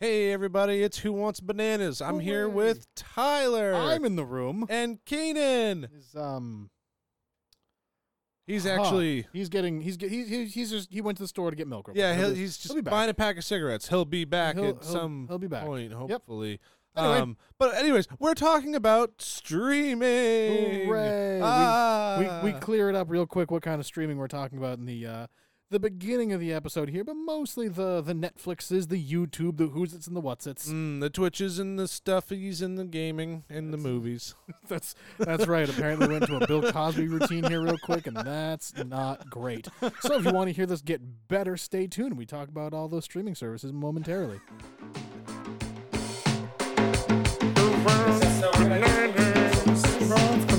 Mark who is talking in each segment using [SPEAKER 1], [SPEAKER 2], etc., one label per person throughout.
[SPEAKER 1] Hey everybody, it's Who Wants Bananas. I'm here
[SPEAKER 2] Hooray.
[SPEAKER 1] with Tyler
[SPEAKER 2] I'm in the room.
[SPEAKER 1] and Keenan.
[SPEAKER 2] Is um
[SPEAKER 1] He's
[SPEAKER 2] huh.
[SPEAKER 1] actually
[SPEAKER 2] he's getting he's get, he's he's he's just he went to the store to get milk. real
[SPEAKER 1] yeah,
[SPEAKER 2] quick.
[SPEAKER 1] he'll,
[SPEAKER 2] be-
[SPEAKER 1] he's just
[SPEAKER 2] he'll be back.
[SPEAKER 1] buying a pack of cigarettes. He'll be back
[SPEAKER 2] He'll-
[SPEAKER 1] at
[SPEAKER 2] he'll-
[SPEAKER 1] some
[SPEAKER 2] he'll be back.
[SPEAKER 1] point, hopefully.
[SPEAKER 2] Anyway.
[SPEAKER 1] Um, but anyways, we're talking about streaming.
[SPEAKER 2] Hooray. We-
[SPEAKER 1] Ah.
[SPEAKER 2] we we clear it up real quick what kind of streaming we're talking about in the uh the beginning of the episode here, but mostly the the Netflixes, the YouTube, the who's it's and the what's it's.
[SPEAKER 1] Mm, the twitches and the stuffies and the gaming and the movies.
[SPEAKER 2] That's that's right. Apparently we went to a Bill Cosby routine here real quick, and that's not great. So if you want to hear this get better, stay tuned. We talk about all those streaming services momentarily.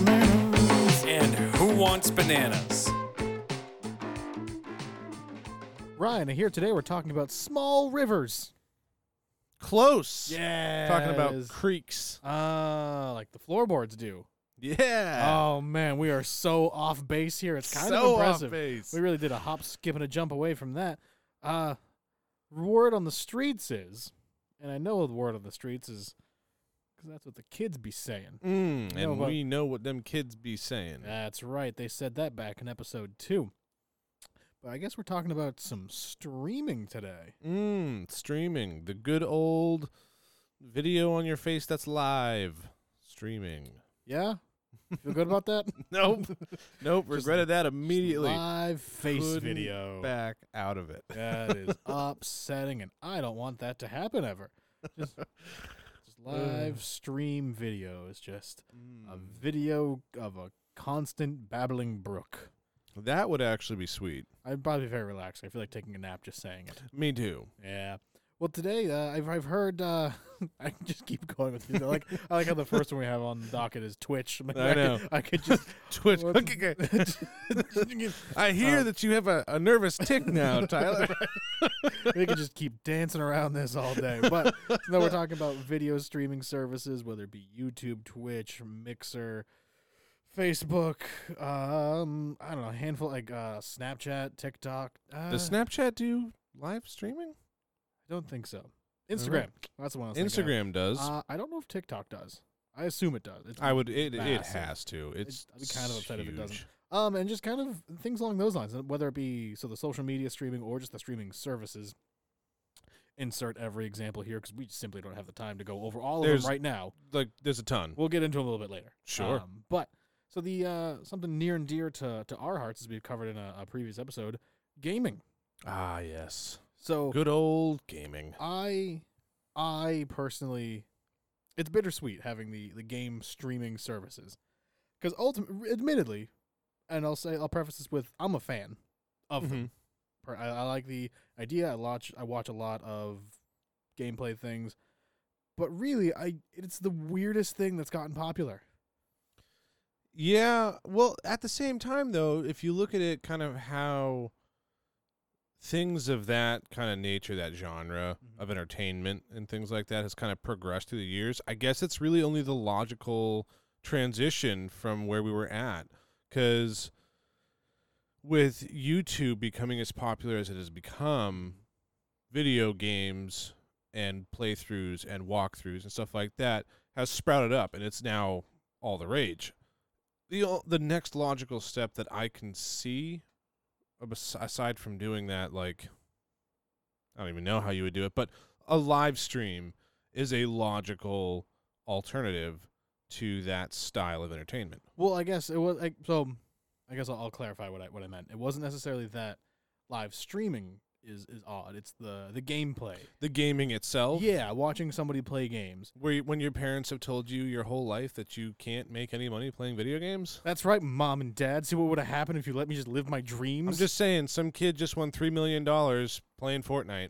[SPEAKER 3] and Who Wants Bananas?
[SPEAKER 2] Ryan, here today we're talking about small rivers.
[SPEAKER 1] Close.
[SPEAKER 2] Yeah.
[SPEAKER 1] Talking about creeks.
[SPEAKER 2] uh like the floorboards do.
[SPEAKER 1] Yeah.
[SPEAKER 2] oh man, we are so off base here. It's kind
[SPEAKER 1] so
[SPEAKER 2] of impressive.
[SPEAKER 1] Off base.
[SPEAKER 2] We really did a hop, skip, and a jump away from that. Uh word on the streets is, and I know the word on the streets is because that's what the kids be saying.
[SPEAKER 1] Mm,
[SPEAKER 2] know
[SPEAKER 1] and
[SPEAKER 2] what-
[SPEAKER 1] we know what them kids be saying.
[SPEAKER 2] That's right. They said that back in episode two. But I guess we're talking about some streaming today.
[SPEAKER 1] Mm, streaming. The good old video on your face that's live. Streaming.
[SPEAKER 2] Yeah? Feel good about that?
[SPEAKER 1] Nope. nope.
[SPEAKER 2] Just-
[SPEAKER 1] Regretted that immediately. Oh.
[SPEAKER 2] Live face
[SPEAKER 1] Couldn't
[SPEAKER 2] video.
[SPEAKER 1] Back out of it.
[SPEAKER 2] That is upsetting, and I don't want that to happen ever. Just, just live stream video is just a
[SPEAKER 1] Mm.
[SPEAKER 2] video of a constant babbling brook.
[SPEAKER 1] That would actually be sweet.
[SPEAKER 2] I'd probably be very relaxed. I feel like taking a nap just saying it.
[SPEAKER 1] Me too.
[SPEAKER 2] Yeah. Well, today uh, I've I've heard uh, I can just keep going with these. I like I like how the first one we have on the docket is Twitch. I'm like,
[SPEAKER 1] I know.
[SPEAKER 2] Could, I could just
[SPEAKER 1] Twitch.
[SPEAKER 2] What-
[SPEAKER 1] Okay, okay. I hear
[SPEAKER 2] Uh,
[SPEAKER 1] that you have a, a nervous tick now, Tyler.
[SPEAKER 2] we could just keep dancing around this all day. But no, we're talking about video streaming services, whether it be YouTube, Twitch, Mixer, Facebook. Um, I don't know, a handful like uh, Snapchat, TikTok. Uh,
[SPEAKER 1] Does Snapchat do live streaming?
[SPEAKER 2] I don't think so.
[SPEAKER 1] right.
[SPEAKER 2] Instagram. That's the one. I was thinking of.
[SPEAKER 1] Instagram does.
[SPEAKER 2] Uh, I don't know if TikTok does. I assume it does. It's,
[SPEAKER 1] I would. It, it
[SPEAKER 2] massive.
[SPEAKER 1] has to. It's
[SPEAKER 2] I'd be kind of upset if it doesn't.
[SPEAKER 1] huge.
[SPEAKER 2] um, and just kind of things along those lines, and whether it be so the social media streaming or just the streaming services. Insert every example here because we simply don't have the time to go over all of
[SPEAKER 1] There's-
[SPEAKER 2] them right now.
[SPEAKER 1] Like, there's a ton.
[SPEAKER 2] We'll get into them a little bit later.
[SPEAKER 1] Sure.
[SPEAKER 2] Um, but so the uh, something near and dear to to our hearts as we've covered in a, a previous episode, gaming.
[SPEAKER 1] Ah, yes.
[SPEAKER 2] So
[SPEAKER 1] Good old gaming.
[SPEAKER 2] I I personally it's bittersweet having the the game streaming services cuz ultimately admittedly and I'll say I'll preface this with I'm a fan of them.
[SPEAKER 1] Mm-hmm.
[SPEAKER 2] Per- I, I like the idea I watch I watch a lot of gameplay things but really I it's the weirdest thing that's gotten popular
[SPEAKER 1] Yeah. Well, at the same time, though, if you look at it kind of how things of that kind of nature, that genre of entertainment and things like that has kind of progressed through the years, I guess it's really only the logical transition from where we were at. Because with YouTube becoming as popular as it has become, video games and playthroughs and walkthroughs and stuff like that has sprouted up and it's now all the rage. The o- the next logical step that I can see abs- aside from doing that like I don't even know how you would do it, but a live stream is a logical alternative to that style of entertainment.
[SPEAKER 2] Well, I guess it was like so. I guess I'll, I'll clarify what I what I meant. It wasn't necessarily that live streaming is is odd. It's the the gameplay.
[SPEAKER 1] The gaming itself
[SPEAKER 2] Yeah, watching somebody play games.
[SPEAKER 1] Where you- when your parents have told you your whole life that you can't make any money playing video games?
[SPEAKER 2] That's right, mom and dad. See what would have happened if you let me just live my dreams.
[SPEAKER 1] I'm just saying, some kid just won three million dollars playing Fortnite,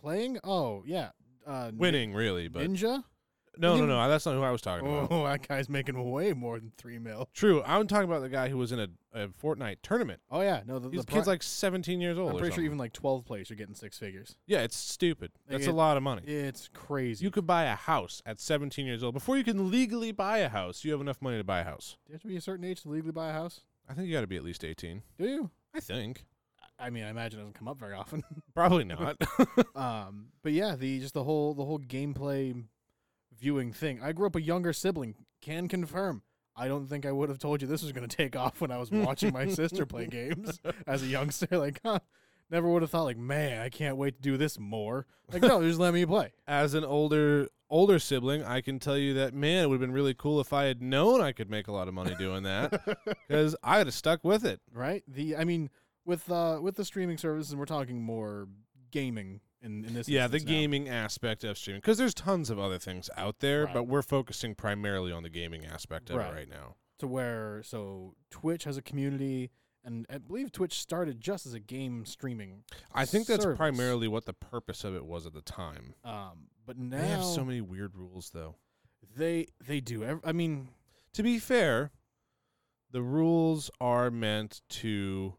[SPEAKER 2] playing. Oh yeah, uh, Nin-
[SPEAKER 1] winning really, but
[SPEAKER 2] Ninja.
[SPEAKER 1] no, no,
[SPEAKER 2] Nin-
[SPEAKER 1] no, that's not who I was talking about.
[SPEAKER 2] Oh, that guy's making way more than three mil.
[SPEAKER 1] True, I'm talking about the guy who was in a, a Fortnite tournament.
[SPEAKER 2] Oh yeah, no, the,
[SPEAKER 1] These
[SPEAKER 2] the
[SPEAKER 1] kid's
[SPEAKER 2] pri-
[SPEAKER 1] like 17 years old.
[SPEAKER 2] I'm
[SPEAKER 1] or
[SPEAKER 2] pretty sure
[SPEAKER 1] something.
[SPEAKER 2] even like twelve players are getting six figures.
[SPEAKER 1] yeah, it's stupid.
[SPEAKER 2] Like,
[SPEAKER 1] That's
[SPEAKER 2] it-
[SPEAKER 1] a lot of money.
[SPEAKER 2] It's crazy.
[SPEAKER 1] You could buy a house at 17 years old before you can legally buy a house. You have enough money to buy a house.
[SPEAKER 2] Do you have to be a certain age to legally buy a house?
[SPEAKER 1] I think you got to be at least 18.
[SPEAKER 2] Do you?
[SPEAKER 1] I think.
[SPEAKER 2] I- I mean, I imagine it doesn't come up very often.
[SPEAKER 1] Probably not.
[SPEAKER 2] um, but yeah, the just the whole the whole gameplay viewing thing. I grew up a younger sibling. Can confirm. I don't think I would have told you this was going to take off when I was watching my sister play games as a youngster. Like, huh, never would have thought. Like, man, I can't wait to do this more. Like, no, just let me play.
[SPEAKER 1] As an older older sibling, I can tell you that man, it would have been really cool if I had known I could make a lot of money doing that because I'd have stuck with it.
[SPEAKER 2] right? The I mean, with uh with the streaming services, and we're talking more gaming in in this.
[SPEAKER 1] yeah, the
[SPEAKER 2] instance now.
[SPEAKER 1] gaming aspect of streaming because there's tons of other things out there,
[SPEAKER 2] Right.
[SPEAKER 1] but we're focusing primarily on the gaming aspect of
[SPEAKER 2] Right.
[SPEAKER 1] it right now.
[SPEAKER 2] to where so Twitch has a community, and I believe Twitch started just as a game streaming.
[SPEAKER 1] I think that's
[SPEAKER 2] service.
[SPEAKER 1] primarily what the purpose of it was at the time.
[SPEAKER 2] Um, but now
[SPEAKER 1] They have so many weird rules, though.
[SPEAKER 2] they they do. Ev- I mean,
[SPEAKER 1] To be fair, the rules are meant to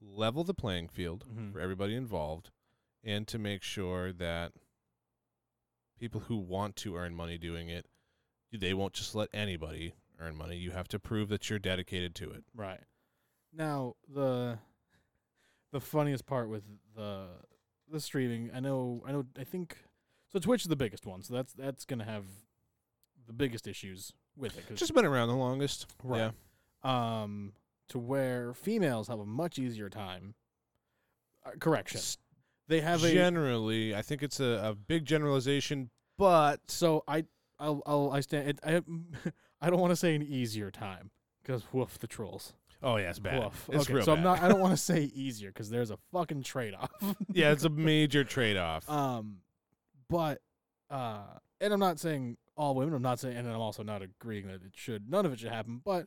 [SPEAKER 1] level the playing field
[SPEAKER 2] Mhm.
[SPEAKER 1] for everybody involved and to make sure that people who want to earn money doing it, they won't just let anybody earn money. You have to prove that you're dedicated to it.
[SPEAKER 2] right now the the funniest part with the the streaming. I know. I know. I think so. Twitch is the biggest one, so that's that's gonna have the biggest issues with it. 'cause-
[SPEAKER 1] It's just been around the longest. Yeah.
[SPEAKER 2] Right. um, to where females have a much easier time. Uh, correction,
[SPEAKER 1] S-
[SPEAKER 2] they have a
[SPEAKER 1] Generally, I think it's a, a big generalization, but
[SPEAKER 2] so I I'll, I'll I stand it, I I don't want to say an easier time because woof the trolls
[SPEAKER 1] oh yeah, it's bad.
[SPEAKER 2] woof
[SPEAKER 1] It's
[SPEAKER 2] okay
[SPEAKER 1] real
[SPEAKER 2] so I'm
[SPEAKER 1] bad.
[SPEAKER 2] not I don't want to say easier because there's a fucking trade off
[SPEAKER 1] yeah, it's a major trade off.
[SPEAKER 2] um but uh and I'm not saying all women I'm not saying and I'm also not agreeing that it should none of it should happen but.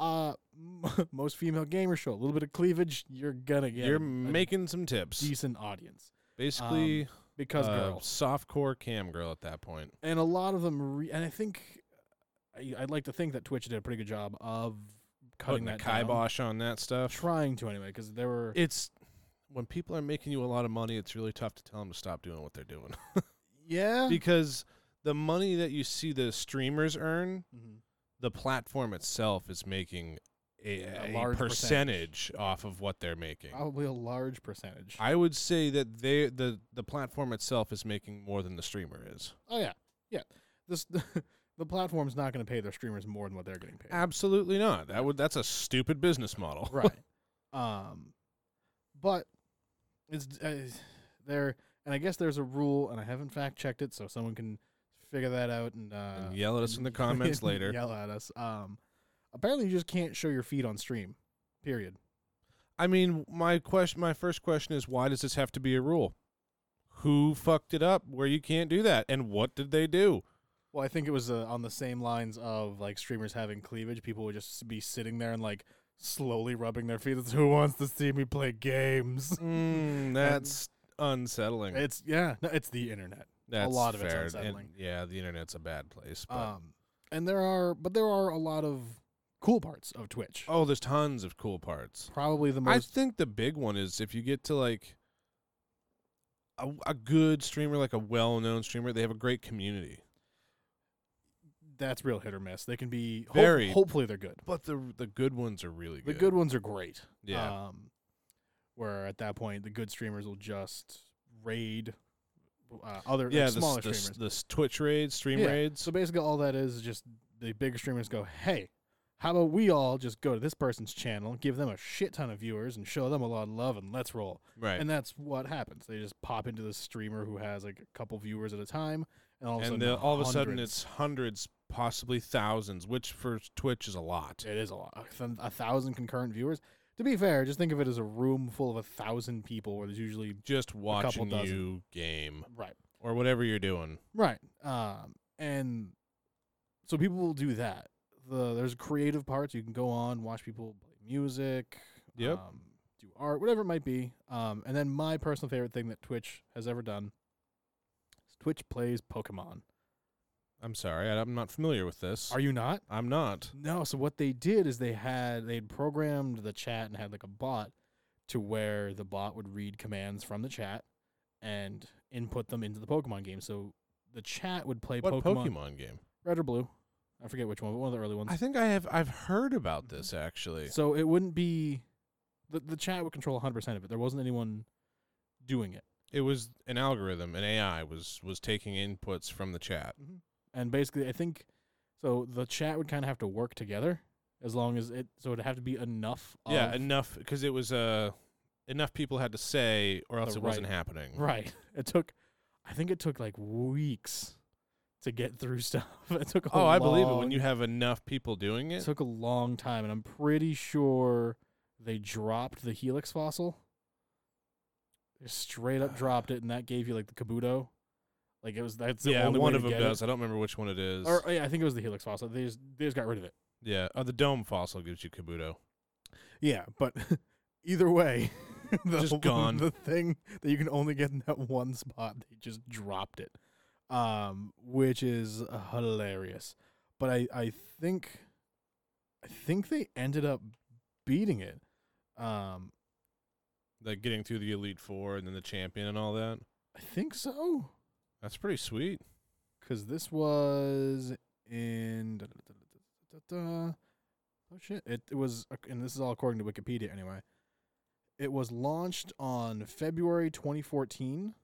[SPEAKER 2] Uh, most female gamers show a little bit of cleavage. You're gonna get
[SPEAKER 1] You're
[SPEAKER 2] a- a
[SPEAKER 1] making some tips.
[SPEAKER 2] decent audience
[SPEAKER 1] Basically,
[SPEAKER 2] because
[SPEAKER 1] uh,
[SPEAKER 2] girls
[SPEAKER 1] softcore cam girl at that point.
[SPEAKER 2] and a lot of them re- and i think I, i'd like to think that twitch did a pretty good job of
[SPEAKER 1] Putting
[SPEAKER 2] cutting
[SPEAKER 1] the
[SPEAKER 2] that down.
[SPEAKER 1] kibosh on that stuff.
[SPEAKER 2] trying to anyway because there were
[SPEAKER 1] It's when people are making you a lot of money, it's really tough to tell them to stop doing what they're doing
[SPEAKER 2] yeah
[SPEAKER 1] because the money that you see the streamers earn,
[SPEAKER 2] Mhm.
[SPEAKER 1] the platform itself is making a,
[SPEAKER 2] A
[SPEAKER 1] a
[SPEAKER 2] large
[SPEAKER 1] percentage Oh. off of what they're making.
[SPEAKER 2] probably a large percentage
[SPEAKER 1] I would say that they the the platform itself is making more than the streamer is.
[SPEAKER 2] oh yeah yeah this the platform's not going to pay their streamers more than what they're getting paid
[SPEAKER 1] Absolutely not. That would that's a stupid business model.
[SPEAKER 2] right um but it's uh, there and i guess there's a rule and i haven't fact checked it so someone can figure that out and, uh,
[SPEAKER 1] And yell at us in the
[SPEAKER 2] and
[SPEAKER 1] comments later.
[SPEAKER 2] yell at us um apparently you just can't show your feet on stream period
[SPEAKER 1] I mean, my question, my first question is, why does this have to be a rule? Who fucked it up where you can't do that, and what did they do?
[SPEAKER 2] well i think it was uh, on the same lines of like streamers having cleavage people would just be sitting there and like slowly rubbing their feet it's who wants to see me play games
[SPEAKER 1] Mm, that's unsettling.
[SPEAKER 2] it's yeah no, it's the internet
[SPEAKER 1] that's
[SPEAKER 2] lot of it's
[SPEAKER 1] fair. And,
[SPEAKER 2] unsettling.
[SPEAKER 1] yeah, the internet's a bad place. But,
[SPEAKER 2] um and there are but there are a lot of cool parts of twitch
[SPEAKER 1] oh, there's tons of cool parts.
[SPEAKER 2] probably the
[SPEAKER 1] I
[SPEAKER 2] most
[SPEAKER 1] think the big one is if you get to like a, a good streamer, like a well-known streamer, they have a great community.
[SPEAKER 2] that's real hit or miss they can be hope-
[SPEAKER 1] Very.
[SPEAKER 2] hopefully they're good
[SPEAKER 1] But the the good ones are really
[SPEAKER 2] the
[SPEAKER 1] good.
[SPEAKER 2] good ones are great
[SPEAKER 1] yeah.
[SPEAKER 2] Um, where at that point the good streamers will just raid uh, other
[SPEAKER 1] yeah,
[SPEAKER 2] like,
[SPEAKER 1] the,
[SPEAKER 2] smaller
[SPEAKER 1] s- the, s-
[SPEAKER 2] streamers.
[SPEAKER 1] the s- Twitch raids, stream
[SPEAKER 2] Yeah,
[SPEAKER 1] raids.
[SPEAKER 2] So basically, all that is is just the big streamers go, "Hey, how about we all just go to this person's channel, give them a shit ton of viewers, and show them a lot of love, and let's roll."
[SPEAKER 1] right.
[SPEAKER 2] And that's what happens. They just pop into this streamer who has like a couple viewers at a time, and all of a
[SPEAKER 1] and
[SPEAKER 2] sudden,
[SPEAKER 1] the- all of a sudden
[SPEAKER 2] hundreds-
[SPEAKER 1] it's hundreds possibly thousands which for twitch is a lot
[SPEAKER 2] it is a lot, A thou- a thousand concurrent viewers. To be fair, just think of it as a room full of a thousand people, where there's usually
[SPEAKER 1] just watching
[SPEAKER 2] dozen.
[SPEAKER 1] you game
[SPEAKER 2] right.
[SPEAKER 1] or whatever you're doing
[SPEAKER 2] Right. Um, and so people will do that. The there's creative parts you can go on, watch people play music,
[SPEAKER 1] Yep.
[SPEAKER 2] um, do art, whatever it might be. Um, and then my personal favorite thing that Twitch has ever done is Twitch plays Pokemon.
[SPEAKER 1] i'm sorry I, i'm not familiar with this
[SPEAKER 2] Are you not?
[SPEAKER 1] i'm not
[SPEAKER 2] No. So what they did is they had they would programmed the chat and had like a bot to where the bot would read commands from the chat and input them into the Pokemon game. So the chat would play
[SPEAKER 1] what
[SPEAKER 2] Pokemon.
[SPEAKER 1] pokemon, game
[SPEAKER 2] red or blue. I forget which one, but one of the early ones.
[SPEAKER 1] i think i have i've heard about this actually
[SPEAKER 2] So it wouldn't be the, the chat would control 100% of it. There wasn't anyone doing it.
[SPEAKER 1] It was an algorithm, an AI was was taking inputs from the chat.
[SPEAKER 2] And basically, I think so the chat would kind of have to work together as long as it so it'd have to be enough
[SPEAKER 1] yeah,
[SPEAKER 2] of-
[SPEAKER 1] enough because it was uh, enough people had to say, or else
[SPEAKER 2] The
[SPEAKER 1] it wasn't
[SPEAKER 2] right-
[SPEAKER 1] happening.
[SPEAKER 2] Right. It took, I think it took like weeks to get through stuff. It took. A
[SPEAKER 1] Oh, I believe it when
[SPEAKER 2] long-
[SPEAKER 1] you have enough people doing
[SPEAKER 2] It
[SPEAKER 1] it.
[SPEAKER 2] took a long time, and I'm pretty sure they dropped the helix fossil. They straight up dropped it, and that gave you like the kabuto. Like it was that's the
[SPEAKER 1] yeah,
[SPEAKER 2] only
[SPEAKER 1] one
[SPEAKER 2] way
[SPEAKER 1] of
[SPEAKER 2] to
[SPEAKER 1] them
[SPEAKER 2] get it.
[SPEAKER 1] does. I don't remember which one it is.
[SPEAKER 2] Or yeah, I think it was the helix fossil. They just they just got rid of it.
[SPEAKER 1] yeah, oh, the dome fossil gives you Kabuto.
[SPEAKER 2] Yeah, but either way, the,
[SPEAKER 1] Just gone.
[SPEAKER 2] The thing that you can only get in that one spot, they just dropped it, um, which is uh, hilarious. But I, I think, I think they ended up beating it. Um,
[SPEAKER 1] Like getting through the elite four and then the champion and all that.
[SPEAKER 2] I think so,
[SPEAKER 1] That's pretty sweet.
[SPEAKER 2] because this was in. da-da-da-da-da-da-da. Oh shit! It, it was, ac- and this is all according to Wikipedia anyway. It was launched on February 2014,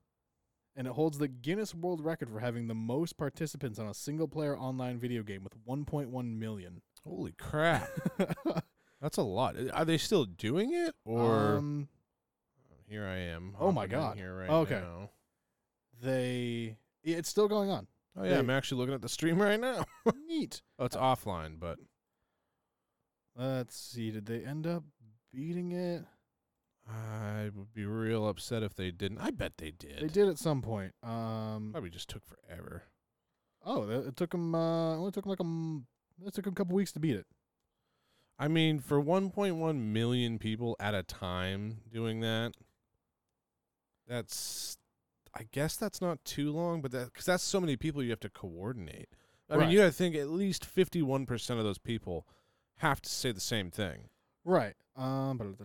[SPEAKER 2] and it holds the Guinness World Record for having the most participants on a single-player online video game with 1.1 million.
[SPEAKER 1] Holy crap, that's a lot. I- Are they still doing it? Or
[SPEAKER 2] um,
[SPEAKER 1] here I am.
[SPEAKER 2] oh my
[SPEAKER 1] hopping in
[SPEAKER 2] God.
[SPEAKER 1] Here right
[SPEAKER 2] Okay.
[SPEAKER 1] now.
[SPEAKER 2] they, yeah, it's still going on.
[SPEAKER 1] Oh yeah,
[SPEAKER 2] They- Uh,
[SPEAKER 1] I'm actually looking at the stream right now.
[SPEAKER 2] Neat.
[SPEAKER 1] Oh, it's offline, but
[SPEAKER 2] Let's see. Did they end up beating it?
[SPEAKER 1] I would be real upset if they didn't. I bet they did.
[SPEAKER 2] They did at some point. Um,
[SPEAKER 1] Probably just took forever.
[SPEAKER 2] Oh, th- it took him. Uh, only took him like a. m- It took him a couple weeks to beat it.
[SPEAKER 1] I mean, for 1.1 million people at a time doing that, that's, I guess that's not too long, but that, because that's so many people you have to coordinate. I mean,
[SPEAKER 2] Right.
[SPEAKER 1] you got to think at least 51% of those people have to say the same thing.
[SPEAKER 2] Right. Um. But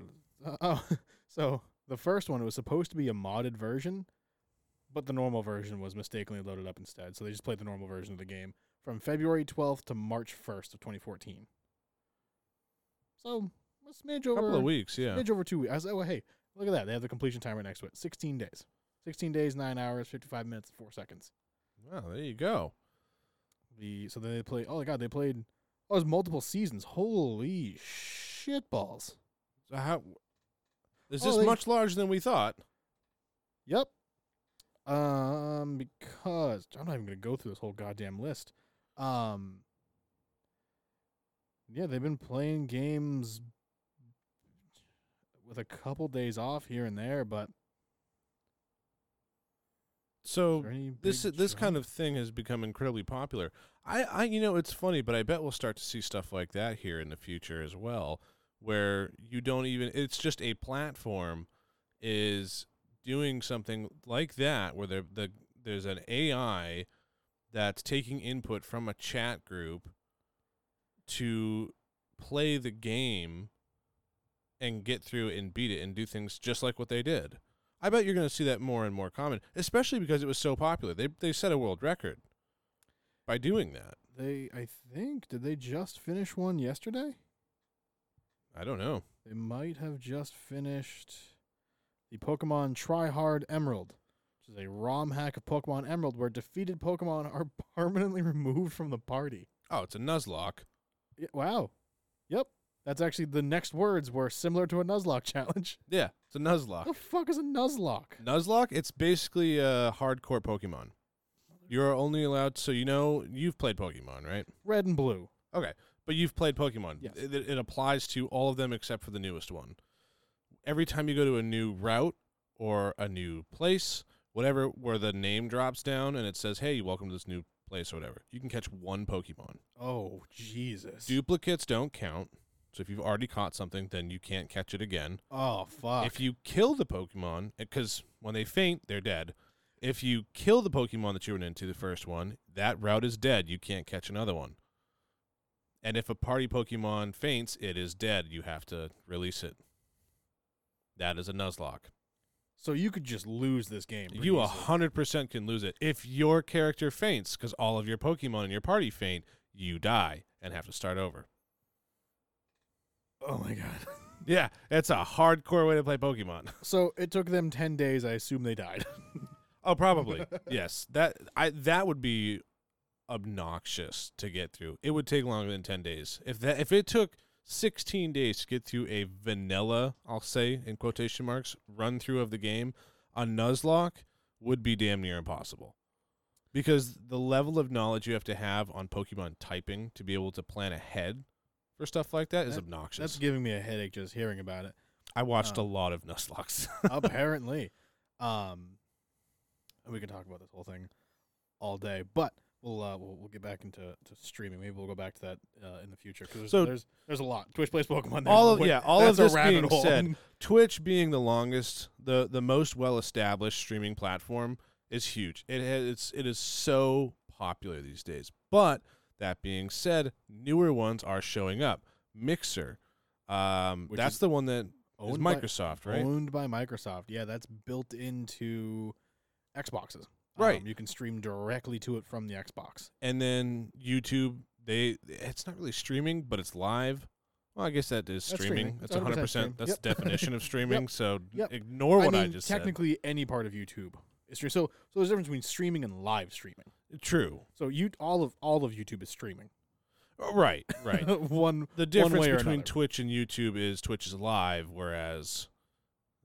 [SPEAKER 2] uh, oh, so the first one it was supposed to be a modded version, but the normal version was mistakenly loaded up instead. So they just played the normal version of the game from February 12th to March 1st of 2014. So a smidge
[SPEAKER 1] A
[SPEAKER 2] over
[SPEAKER 1] couple of weeks, yeah.
[SPEAKER 2] smidge over two weeks. I was like, oh hey, look at that. They have the completion time right next to it. 16 days. 16 days, nine hours, 55 minutes, four seconds.
[SPEAKER 1] Wow, there you go.
[SPEAKER 2] the so then they play oh my god they played oh it was multiple seasons holy shit balls
[SPEAKER 1] So how, is
[SPEAKER 2] Oh,
[SPEAKER 1] this
[SPEAKER 2] they-
[SPEAKER 1] much larger than we thought?
[SPEAKER 2] yep um because i'm not even gonna go through this whole goddamn list um yeah they've been playing games with a couple days off here and there but
[SPEAKER 1] So
[SPEAKER 2] is there any
[SPEAKER 1] this
[SPEAKER 2] big
[SPEAKER 1] this kind
[SPEAKER 2] drama?
[SPEAKER 1] of thing has become incredibly popular. I, I you know it's funny, but I bet we'll start to see stuff like that here in the future as well, where you don't even it's just a platform is doing something like that where there the there's an AI that's taking input from a chat group to play the game and get through and beat it and do things just like what they did. I bet you're going to see that more and more common, especially because it was so popular. They they set a world record by doing that.
[SPEAKER 2] they i think did they just finish one yesterday
[SPEAKER 1] I don't know.
[SPEAKER 2] They might have just finished the Pokemon Try Hard Emerald, which is a ROM hack of Pokemon Emerald where defeated Pokemon are permanently removed from the party.
[SPEAKER 1] Oh, it's a Nuzlocke.
[SPEAKER 2] Y- Wow. Yep. That's actually the next words were similar to a Nuzlocke challenge.
[SPEAKER 1] Yeah, it's a Nuzlocke.
[SPEAKER 2] the fuck is a Nuzlocke?
[SPEAKER 1] Nuzlocke, it's basically a hardcore Pokemon. You're only allowed so you know you've played Pokemon, right?
[SPEAKER 2] Red and blue.
[SPEAKER 1] Okay, but you've played Pokemon.
[SPEAKER 2] Yes.
[SPEAKER 1] It, it- it applies to all of them except for the newest one. Every time you go to a new route or a new place, whatever, where the name drops down and it says, "Hey, welcome to this new place" or whatever, you can catch one Pokemon.
[SPEAKER 2] Oh, Jesus.
[SPEAKER 1] Duplicates don't count. So if you've already caught something, then you can't catch it again.
[SPEAKER 2] Oh, fuck.
[SPEAKER 1] If you kill the Pokemon, because when they faint, they're dead. If you kill the Pokemon that you went into the first one, that route is dead. You can't catch another one. And if a party Pokemon faints, it is dead. You have to release it. That is a Nuzlocke.
[SPEAKER 2] so you could just lose this game. pretty
[SPEAKER 1] You
[SPEAKER 2] easily.
[SPEAKER 1] 100% can lose it. If your character faints, because all of your Pokemon in your party faint, you die and have to start over.
[SPEAKER 2] Oh, my God.
[SPEAKER 1] Yeah, that's a hardcore way to play Pokemon.
[SPEAKER 2] So it took them ten days. I assume they died.
[SPEAKER 1] Oh, probably. yes. That I that would be obnoxious to get through. It would take longer than 10 days. If that if it took 16 days to get through a vanilla, I'll say in quotation marks, run through of the game, a Nuzlocke would be damn near impossible. Because the level of knowledge you have to have on Pokemon typing to be able to plan ahead for stuff like that is
[SPEAKER 2] That-
[SPEAKER 1] obnoxious.
[SPEAKER 2] That's giving me a headache just hearing about it.
[SPEAKER 1] I watched a
[SPEAKER 2] uh,
[SPEAKER 1] lot of Nuzlocks.
[SPEAKER 2] Apparently, um, we can talk about this whole thing all day, but we'll uh, we'll, we'll get back into to streaming. Maybe we'll go back to that uh, in the future because there's,
[SPEAKER 1] So-
[SPEAKER 2] there's there's a lot. Twitch plays Pokemon. There's
[SPEAKER 1] all of
[SPEAKER 2] way-
[SPEAKER 1] yeah, all of
[SPEAKER 2] that's a
[SPEAKER 1] this
[SPEAKER 2] rabbit
[SPEAKER 1] being
[SPEAKER 2] hole.
[SPEAKER 1] said, Twitch being the longest, the the most well established streaming platform is huge. It has, it's it is so popular these days. But that being said, newer ones are showing up. Mixer, um,
[SPEAKER 2] Which
[SPEAKER 1] that's
[SPEAKER 2] is
[SPEAKER 1] the one that is
[SPEAKER 2] Owned by-
[SPEAKER 1] Microsoft, right?
[SPEAKER 2] owned by Microsoft. Yeah, that's built into Xboxes. Um,
[SPEAKER 1] Right.
[SPEAKER 2] you can stream directly to it from the Xbox.
[SPEAKER 1] and then YouTube, they it's not really streaming, but it's live. Well, I guess that is
[SPEAKER 2] That's
[SPEAKER 1] streaming.
[SPEAKER 2] streaming. It's
[SPEAKER 1] That's one hundred
[SPEAKER 2] 100% stream.
[SPEAKER 1] percent. That's the
[SPEAKER 2] Yep.
[SPEAKER 1] definition of streaming. So
[SPEAKER 2] Yep.
[SPEAKER 1] ignore what I,
[SPEAKER 2] mean,
[SPEAKER 1] just
[SPEAKER 2] technically any part of YouTube is stream. So so there's a difference between streaming and live streaming.
[SPEAKER 1] said. True. Oh,
[SPEAKER 2] So you all of all of YouTube is streaming.
[SPEAKER 1] Right. Right.
[SPEAKER 2] one
[SPEAKER 1] the difference
[SPEAKER 2] way or
[SPEAKER 1] between
[SPEAKER 2] another.
[SPEAKER 1] Twitch and YouTube is Twitch is live, whereas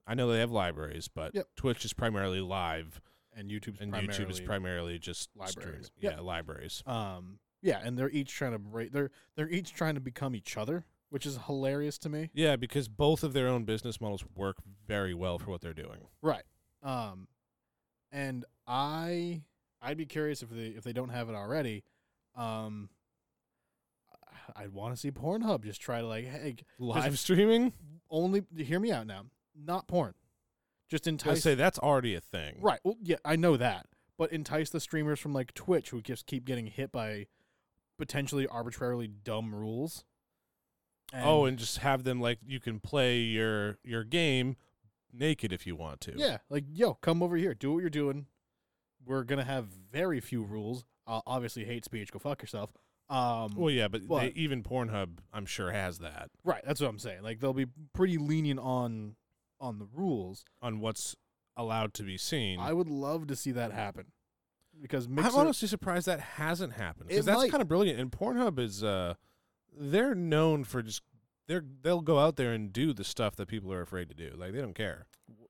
[SPEAKER 1] I know they have libraries, but
[SPEAKER 2] Yep.
[SPEAKER 1] Twitch is primarily live,
[SPEAKER 2] and YouTube's
[SPEAKER 1] and
[SPEAKER 2] primarily,
[SPEAKER 1] YouTube is primarily just
[SPEAKER 2] libraries.
[SPEAKER 1] streaming.
[SPEAKER 2] Yep.
[SPEAKER 1] Yeah, libraries.
[SPEAKER 2] um yeah, and they're each trying to break they're they're each trying to become each other, which is hilarious to me.
[SPEAKER 1] Yeah, because both of their own business models work very well for what they're doing.
[SPEAKER 2] Right. Um, and I I'd be curious if they if they don't have it already. Um, I- I'd want to see Pornhub just try to like hey g-
[SPEAKER 1] Live streaming?
[SPEAKER 2] only hear me out now, not porn, just
[SPEAKER 1] I
[SPEAKER 2] entice
[SPEAKER 1] say that's already a thing.
[SPEAKER 2] right. Well, yeah, I know that, but entice the streamers from like Twitch who just keep getting hit by potentially arbitrarily dumb rules.
[SPEAKER 1] oh, and just have them like you can play your your game naked if you want to.
[SPEAKER 2] Yeah, like yo, come over here, do what you're doing. We're gonna have very few rules. Uh, obviously, hate speech. Go fuck yourself. Um,
[SPEAKER 1] Well, yeah, but they,
[SPEAKER 2] But-
[SPEAKER 1] even Pornhub, I'm sure, has that
[SPEAKER 2] right, that's what I'm saying. Like they'll be pretty lenient on on the rules.
[SPEAKER 1] on what's allowed to be seen.
[SPEAKER 2] I would love to see that happen because Mixer,
[SPEAKER 1] I'm honestly surprised that hasn't happened
[SPEAKER 2] It
[SPEAKER 1] because that's
[SPEAKER 2] might.
[SPEAKER 1] kind of brilliant. And Pornhub is uh, they're known for just they're they'll go out there and do the stuff that people are afraid to do. Like they don't care.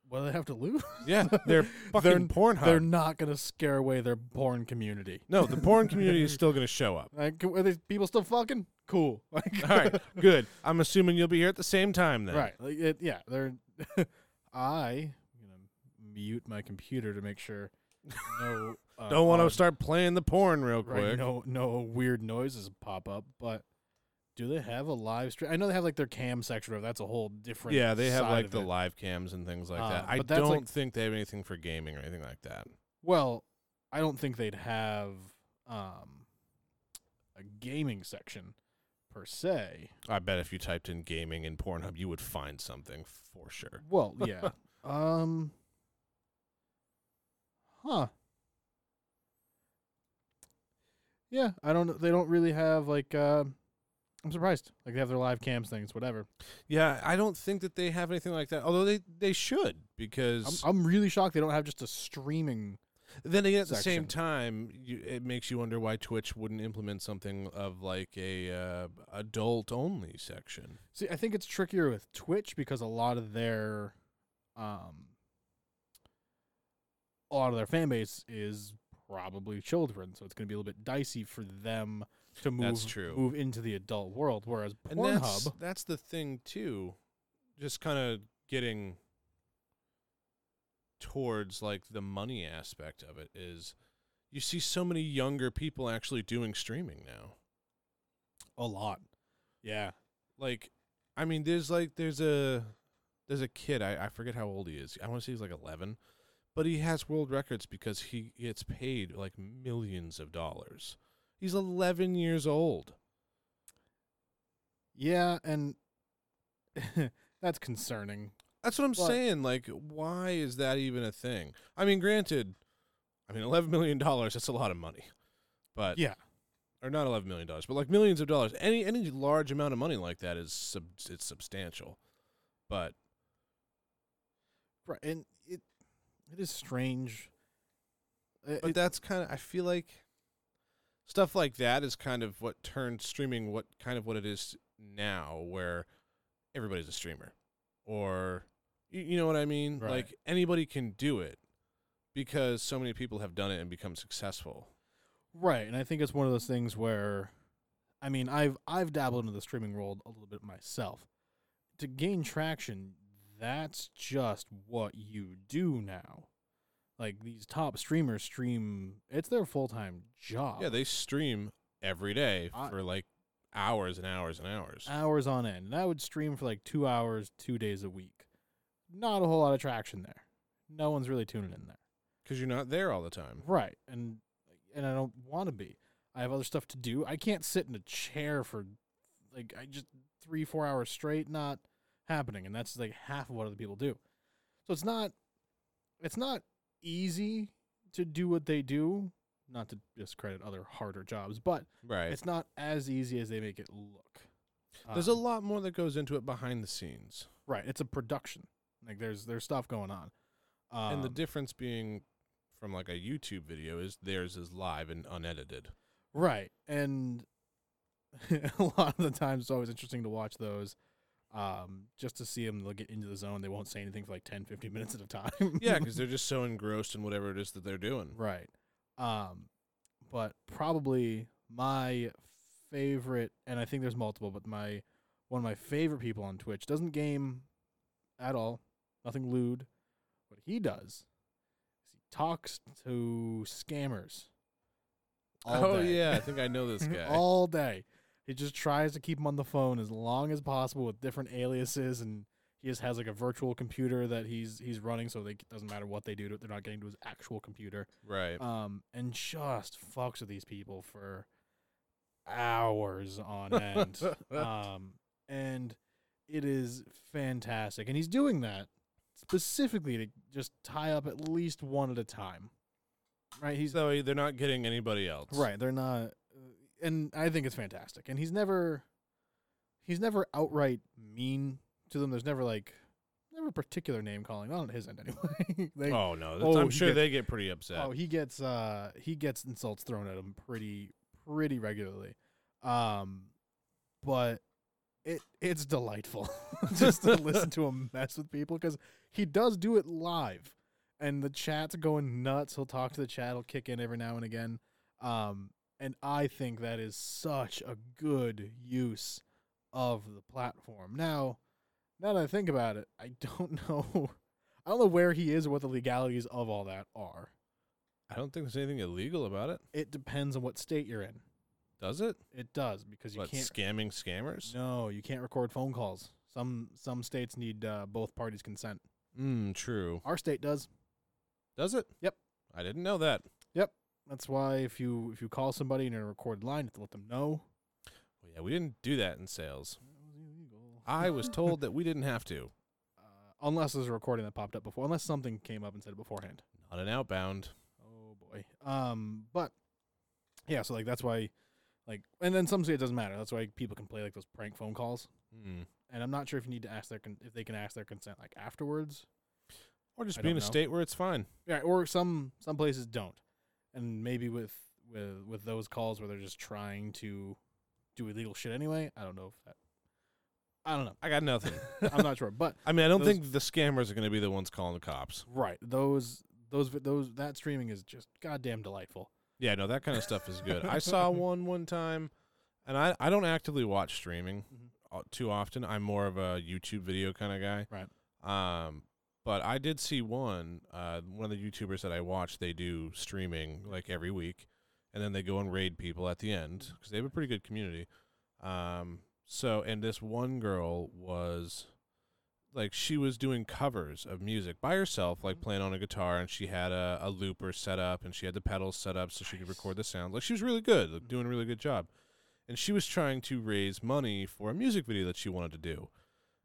[SPEAKER 2] what do they have to lose?
[SPEAKER 1] Yeah, they're fucking Pornhub.
[SPEAKER 2] They're not gonna scare away their porn community.
[SPEAKER 1] no, the porn community is still going to show up.
[SPEAKER 2] Like, are these people still fucking? Cool. Like,
[SPEAKER 1] All right, good. I'm assuming you'll be here at the same time then.
[SPEAKER 2] Right. Like it, yeah, they're I I'm gonna mute my computer to make sure no uh,
[SPEAKER 1] Don't want to
[SPEAKER 2] odd-
[SPEAKER 1] start playing the porn real
[SPEAKER 2] right,
[SPEAKER 1] quick.
[SPEAKER 2] no no weird noises pop up, but do they have a live stream? I know they have like their cam section or that's a whole different
[SPEAKER 1] Yeah, they have
[SPEAKER 2] side
[SPEAKER 1] like
[SPEAKER 2] of
[SPEAKER 1] the
[SPEAKER 2] it.
[SPEAKER 1] live cams and things like
[SPEAKER 2] Uh,
[SPEAKER 1] that. I
[SPEAKER 2] but that's,
[SPEAKER 1] don't
[SPEAKER 2] like-
[SPEAKER 1] think they have anything for gaming or anything like that.
[SPEAKER 2] Well, I don't think they'd have um a gaming section per se.
[SPEAKER 1] I bet if you typed in gaming in Pornhub, you would find something for sure.
[SPEAKER 2] Well, yeah. um. Huh. Yeah, I don't. They don't really have like. Uh, I'm surprised. Like they have their live cams things, whatever.
[SPEAKER 1] Yeah, I don't think that they have anything like that. Although they, they should
[SPEAKER 2] I'm,
[SPEAKER 1] because
[SPEAKER 2] I'm really shocked they don't have just a streaming.
[SPEAKER 1] then again at the same
[SPEAKER 2] section.
[SPEAKER 1] time, you, it makes you wonder why Twitch wouldn't implement something of like a uh, adult only section.
[SPEAKER 2] See, I think it's trickier with Twitch because a lot of their, um, a lot of their fan base is probably children, so it's going to be a little bit dicey for them to move
[SPEAKER 1] That's true.
[SPEAKER 2] move into the adult world. Whereas
[SPEAKER 1] And that's
[SPEAKER 2] Pornhub,
[SPEAKER 1] that's the thing too, just kind of getting towards like the money aspect of it is you see so many younger people actually doing streaming now.
[SPEAKER 2] a lot. Yeah.
[SPEAKER 1] like i mean there's like there's a there's a kid i, I forget how old he is i want to say he's like 11 but he has world records because he gets paid like millions of dollars he's 11 years old
[SPEAKER 2] Yeah, and that's concerning.
[SPEAKER 1] that's what i'm
[SPEAKER 2] But-
[SPEAKER 1] saying like why is that even a thing i mean granted i mean 11 million dollars that's a lot of money but
[SPEAKER 2] Yeah.
[SPEAKER 1] or not 11 million dollars but like millions of dollars any any large amount of money like that is sub- it's substantial But
[SPEAKER 2] Right, and it it is strange. Uh,
[SPEAKER 1] but
[SPEAKER 2] it-
[SPEAKER 1] that's kind of I feel like stuff like that is kind of what turned streaming what kind of what it is now, where everybody's a streamer, or you, you know what I mean.
[SPEAKER 2] Right.
[SPEAKER 1] Like anybody can do it because so many people have done it and become successful.
[SPEAKER 2] right, and I think it's one of those things where, I mean, I've I've dabbled into the streaming world a little bit myself. To gain traction, that's just what you do now. Like these top streamers stream; it's their full time job.
[SPEAKER 1] Yeah, they stream every day
[SPEAKER 2] Uh, I- Uh,
[SPEAKER 1] for like hours and hours and hours.
[SPEAKER 2] hours on end. And I would stream for like two hours, two days a week. Not a whole lot of traction there. No one's really tuning in there.
[SPEAKER 1] because you're not there all the time.
[SPEAKER 2] Right. And and I don't want to be. I have other stuff to do. I can't sit in a chair for like I just three, four hours straight, not happening. And that's like half of what other people do. So it's not it's not easy to do what they do. Not to discredit other harder jobs, but
[SPEAKER 1] Right.
[SPEAKER 2] it's not as easy as they make it look.
[SPEAKER 1] There's a
[SPEAKER 2] Um,
[SPEAKER 1] lot more that goes into it behind the scenes,
[SPEAKER 2] Right. It's a production. Like there's there's stuff going on. Um,
[SPEAKER 1] and the difference being from like a YouTube video is theirs is live and unedited.
[SPEAKER 2] right and a lot of the times it's always interesting to watch those. Um, just to see them, they'll get into the zone. They won't say anything for like 10, 15 minutes at a time.
[SPEAKER 1] Yeah, because they're just so engrossed in whatever it is that they're doing.
[SPEAKER 2] right. Um, but probably my favorite, and I think there's multiple, but my one of my favorite people on Twitch doesn't game at all, nothing lewd. What he does is he talks to scammers. all
[SPEAKER 1] oh
[SPEAKER 2] day.
[SPEAKER 1] yeah, I think I know this guy.
[SPEAKER 2] all day. He just tries to keep him on the phone as long as possible with different aliases, and he just has like a virtual computer that he's he's running, so they, it doesn't matter what they do to it, they're not getting to his actual computer.
[SPEAKER 1] right.
[SPEAKER 2] Um, and just fucks with these people for hours on end. um, and it is fantastic, and he's doing that specifically to just tie up at least one at a time. Right? He's
[SPEAKER 1] so eh, they're not getting anybody else.
[SPEAKER 2] Right, they're not, uh, and I think it's fantastic. And he's never, he's never outright mean to them. There's never like, never particular name calling on his end anyway. they, oh.
[SPEAKER 1] Oh no, that's,
[SPEAKER 2] Oh,
[SPEAKER 1] I'm
[SPEAKER 2] he
[SPEAKER 1] sure
[SPEAKER 2] gets-
[SPEAKER 1] they get pretty upset.
[SPEAKER 2] Oh, he gets uh he gets insults thrown at him pretty pretty regularly, um, but it it's delightful just to listen to him mess with people because he does do it live, and the chat's going nuts. He'll talk to the chat. He'll kick in every now and again. Um, and I think that is such a good use of the platform. Now, now that I think about it, I don't know. I don't know where he is or what the legalities of all that are.
[SPEAKER 1] I don't think there's anything illegal about it.
[SPEAKER 2] It depends on what state you're in.
[SPEAKER 1] Does it?
[SPEAKER 2] It does because you
[SPEAKER 1] What
[SPEAKER 2] can't.
[SPEAKER 1] scamming scammers?
[SPEAKER 2] No, you can't record phone calls. Some some states need uh, both parties' consent.
[SPEAKER 1] Mm, true.
[SPEAKER 2] Our state does.
[SPEAKER 1] Does it?
[SPEAKER 2] Yep.
[SPEAKER 1] I didn't know that.
[SPEAKER 2] That's why if you if you call somebody and you're in a recorded line, you have to let them know.
[SPEAKER 1] Well, yeah, we didn't do that in sales. I was told that we didn't have to.
[SPEAKER 2] uh, unless there's a recording that popped up before, unless something came up and said it beforehand.
[SPEAKER 1] Not an outbound.
[SPEAKER 2] Oh boy. Um, but yeah, so like that's why, like, and then some say it doesn't matter. That's why people can play like those prank phone calls.
[SPEAKER 1] Mm.
[SPEAKER 2] And I'm not sure if you need to ask their con- if they can ask their consent like afterwards.
[SPEAKER 1] Or just
[SPEAKER 2] I
[SPEAKER 1] be in a
[SPEAKER 2] don't know.
[SPEAKER 1] state where it's fine.
[SPEAKER 2] Yeah, or some some places don't. And maybe with with with those calls where they're just trying to do illegal shit anyway. I don't know if that. I don't know.
[SPEAKER 1] I got nothing.
[SPEAKER 2] I'm not sure, but
[SPEAKER 1] I mean, I don't
[SPEAKER 2] Those-
[SPEAKER 1] think the scammers are going to be the ones calling the cops.
[SPEAKER 2] right those those vi- those that streaming is just goddamn delightful.
[SPEAKER 1] Yeah, no, that kind of stuff is good. I saw one one time, and I, I don't actively watch streaming
[SPEAKER 2] Mhm.
[SPEAKER 1] uh too often. I'm more of a YouTube video kind of guy.
[SPEAKER 2] Right.
[SPEAKER 1] Um, but I did see one. Uh, one of the YouTubers that I watch, they do streaming like every week, and then they go and raid people at the end because they have a pretty good community. Um, so and this one girl was like she was doing covers of music by herself, like playing on a guitar, and she had a, a looper set up, and she had the pedals set up so she could
[SPEAKER 2] Nice.
[SPEAKER 1] record the sound. Like she was really good, like, doing a really good job. And she was trying to raise money for a music video that she wanted to do.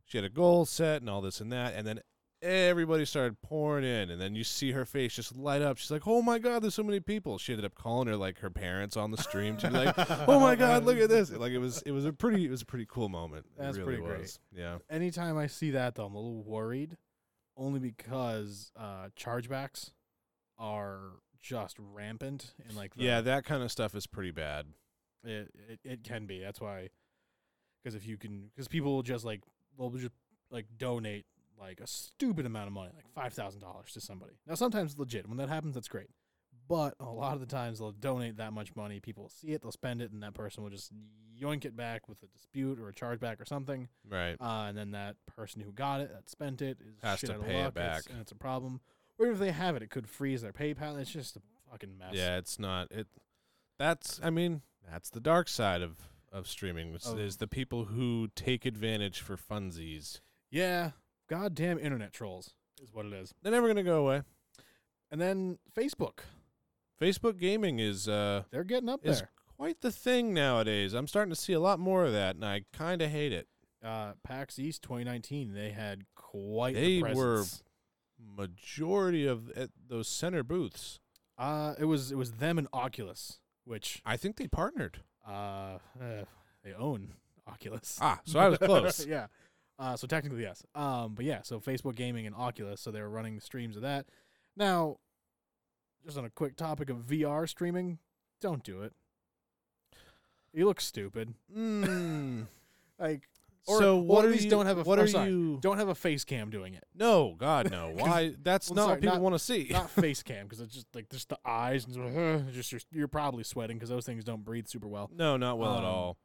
[SPEAKER 1] She had a goal set and all this and that, and then everybody started pouring in, and then you see her face just light up. She's like, "Oh my god, there's so many people." She ended up calling her like her parents on the stream to be like, "Oh my god, look at this!" Like it was it was a pretty it was a pretty cool moment.
[SPEAKER 2] That's
[SPEAKER 1] it really
[SPEAKER 2] pretty great.
[SPEAKER 1] was. Yeah.
[SPEAKER 2] Anytime I see that, though, I'm a little worried, only because uh, chargebacks are just rampant and like the,
[SPEAKER 1] Yeah, that kind of stuff is pretty bad.
[SPEAKER 2] it, it it can be. That's why, because if you can, because people will just like will just like donate like a stupid amount of money, like five thousand dollars to somebody. Now sometimes it's legit. When that happens, that's great. But a lot of the times they'll donate that much money. People will see it, they'll spend it, and that person will just yoink it back with a dispute or a chargeback or something.
[SPEAKER 1] Right.
[SPEAKER 2] Uh, and then that person who got it, that spent it, is
[SPEAKER 1] Has
[SPEAKER 2] shit
[SPEAKER 1] to
[SPEAKER 2] out of
[SPEAKER 1] pay it
[SPEAKER 2] luck, it's-
[SPEAKER 1] back.
[SPEAKER 2] and it's a problem. Or even if they have it, it could freeze their PayPal. It's just a fucking mess.
[SPEAKER 1] Yeah, it's not it. That's I mean that's the dark side of of streaming is,
[SPEAKER 2] Of-
[SPEAKER 1] is the people who take advantage for funsies.
[SPEAKER 2] Yeah. Goddamn internet trolls is what it is.
[SPEAKER 1] They're never gonna go away.
[SPEAKER 2] And then Facebook,
[SPEAKER 1] Facebook gaming is uh
[SPEAKER 2] they're getting up
[SPEAKER 1] is
[SPEAKER 2] there.
[SPEAKER 1] quite the thing nowadays. I'm starting to see a lot more of that, and I kind of hate it.
[SPEAKER 2] Uh, PAX East 2019, they had quite
[SPEAKER 1] They
[SPEAKER 2] the
[SPEAKER 1] were-
[SPEAKER 2] presence.
[SPEAKER 1] Majority of at those center booths,
[SPEAKER 2] Uh, it was it was them and Oculus, which
[SPEAKER 1] I think they partnered.
[SPEAKER 2] uh, uh they own Oculus.
[SPEAKER 1] Ah, so I was close.
[SPEAKER 2] yeah. Uh, so technically yes. Um, but yeah, so Facebook Gaming and Oculus, so they were running streams of that. Now, just on a quick topic of VR streaming, don't do it. You look stupid.
[SPEAKER 1] Mm.
[SPEAKER 2] Like Or-
[SPEAKER 1] so
[SPEAKER 2] or
[SPEAKER 1] what
[SPEAKER 2] at
[SPEAKER 1] are
[SPEAKER 2] least
[SPEAKER 1] you,
[SPEAKER 2] don't have a-
[SPEAKER 1] what
[SPEAKER 2] or
[SPEAKER 1] are
[SPEAKER 2] sorry,
[SPEAKER 1] you?
[SPEAKER 2] don't have a face cam doing it.
[SPEAKER 1] No, God, no.
[SPEAKER 2] 'Cause-
[SPEAKER 1] Why? That's
[SPEAKER 2] well,
[SPEAKER 1] not
[SPEAKER 2] sorry,
[SPEAKER 1] what people
[SPEAKER 2] not-
[SPEAKER 1] want to see.
[SPEAKER 2] Not face cam because it's just like just the eyes and just, uh, just you're, you're probably sweating because those things don't breathe super well.
[SPEAKER 1] No, not well at
[SPEAKER 2] Um,
[SPEAKER 1] all.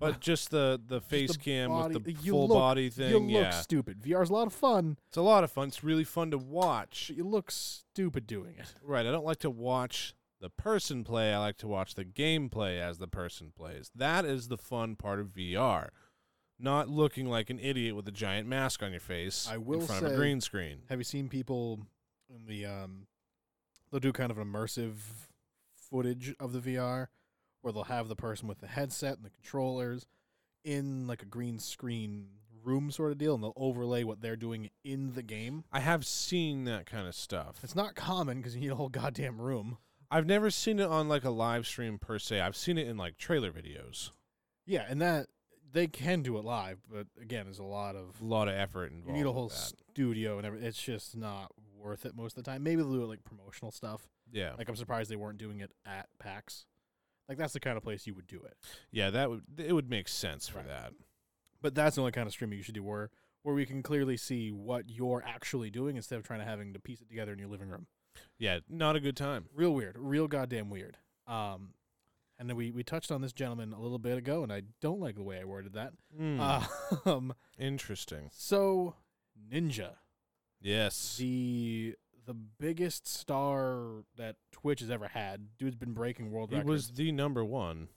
[SPEAKER 1] But just the the face
[SPEAKER 2] the
[SPEAKER 1] cam with
[SPEAKER 2] body-
[SPEAKER 1] the
[SPEAKER 2] you
[SPEAKER 1] full
[SPEAKER 2] look-
[SPEAKER 1] body
[SPEAKER 2] you
[SPEAKER 1] thing,
[SPEAKER 2] look
[SPEAKER 1] yeah,
[SPEAKER 2] stupid. VR's a lot of fun,
[SPEAKER 1] it's a lot of fun. It's really fun to watch.
[SPEAKER 2] but you look stupid doing it.
[SPEAKER 1] Right, I don't like to watch the person play. I like to watch the gameplay as the person plays. That is the fun part of VR. Not looking like an idiot with a giant mask on your face
[SPEAKER 2] I will
[SPEAKER 1] in front of
[SPEAKER 2] say-
[SPEAKER 1] a green screen.
[SPEAKER 2] Have you seen people in the um they'll do kind of an immersive footage of the VR where they'll have the person with the headset and the controllers in like a green screen room sort of deal and they'll overlay what they're doing in the game.
[SPEAKER 1] I have seen that kind of stuff.
[SPEAKER 2] It's not common because you need a whole goddamn room.
[SPEAKER 1] I've never seen it on like a live stream per se. I've seen it in like trailer videos.
[SPEAKER 2] Yeah, and that they can do it live, but again, there's a lot of
[SPEAKER 1] A lot of effort involved.
[SPEAKER 2] you need a
[SPEAKER 1] with
[SPEAKER 2] whole
[SPEAKER 1] that.
[SPEAKER 2] studio and everything. It's just not worth it most of the time. Maybe they'll do it like promotional stuff.
[SPEAKER 1] yeah.
[SPEAKER 2] Like I'm surprised they weren't doing it at PAX. Like that's the kind of place you would do it.
[SPEAKER 1] Yeah, that would it would make sense for
[SPEAKER 2] Right.
[SPEAKER 1] that.
[SPEAKER 2] But that's the only kind of streaming you should do where where we can clearly see what you're actually doing instead of trying to having to piece it together in your living room.
[SPEAKER 1] Yeah, not a good time.
[SPEAKER 2] Real weird, real goddamn weird. Um and then we we touched on this gentleman a little bit ago and I don't like the way I worded that. Um
[SPEAKER 1] Hmm. Interesting.
[SPEAKER 2] so Ninja,
[SPEAKER 1] Yes.
[SPEAKER 2] the the biggest star that Twitch has ever had. Dude's been breaking world
[SPEAKER 1] He
[SPEAKER 2] records.
[SPEAKER 1] was the number one.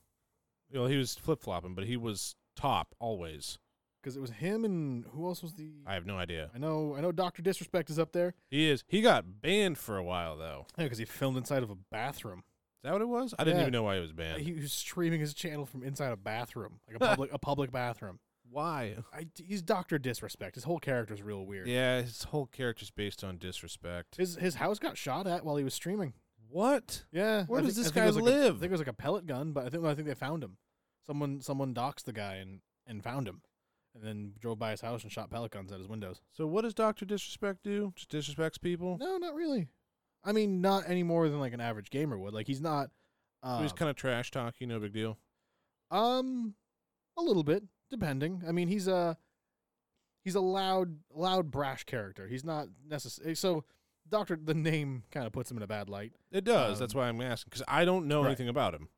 [SPEAKER 1] Well, he was flip flopping, but he was top always.
[SPEAKER 2] because it was him and who else was the
[SPEAKER 1] I have no idea.
[SPEAKER 2] I know, I know. Doctor Disrespect is up there
[SPEAKER 1] He is. He got banned for a while though.
[SPEAKER 2] yeah, because he filmed inside of a bathroom.
[SPEAKER 1] Is that what it was? I didn't
[SPEAKER 2] Yeah.
[SPEAKER 1] even know why he was banned.
[SPEAKER 2] He was streaming his channel from inside a bathroom, like a public, a public bathroom.
[SPEAKER 1] why?
[SPEAKER 2] I, he's Doctor Disrespect. His whole character is real weird.
[SPEAKER 1] Yeah, his whole character's based on disrespect.
[SPEAKER 2] His his house got shot at while he was streaming.
[SPEAKER 1] What?
[SPEAKER 2] Yeah,
[SPEAKER 1] Where
[SPEAKER 2] I
[SPEAKER 1] does this
[SPEAKER 2] think- I think it
[SPEAKER 1] guy
[SPEAKER 2] was like a-
[SPEAKER 1] live?
[SPEAKER 2] I think it was like a pellet gun, but I think I think they found him. Someone someone doxed the guy and and found him, and then drove by his house and shot pellet guns at his windows.
[SPEAKER 1] So what does Doctor Disrespect do? Just disrespects people.
[SPEAKER 2] No, not really. I mean, not any more than like an average gamer would. Like he's not. Uh,
[SPEAKER 1] So he's kind of trash talking. No big deal.
[SPEAKER 2] Um, a little bit, depending. I mean, he's a he's a loud, loud, brash character. He's not necessary. So, Doctor, the name kind of puts him in a bad light.
[SPEAKER 1] It does. That's
[SPEAKER 2] Um,
[SPEAKER 1] why I'm asking because I don't know
[SPEAKER 2] right.
[SPEAKER 1] anything about him.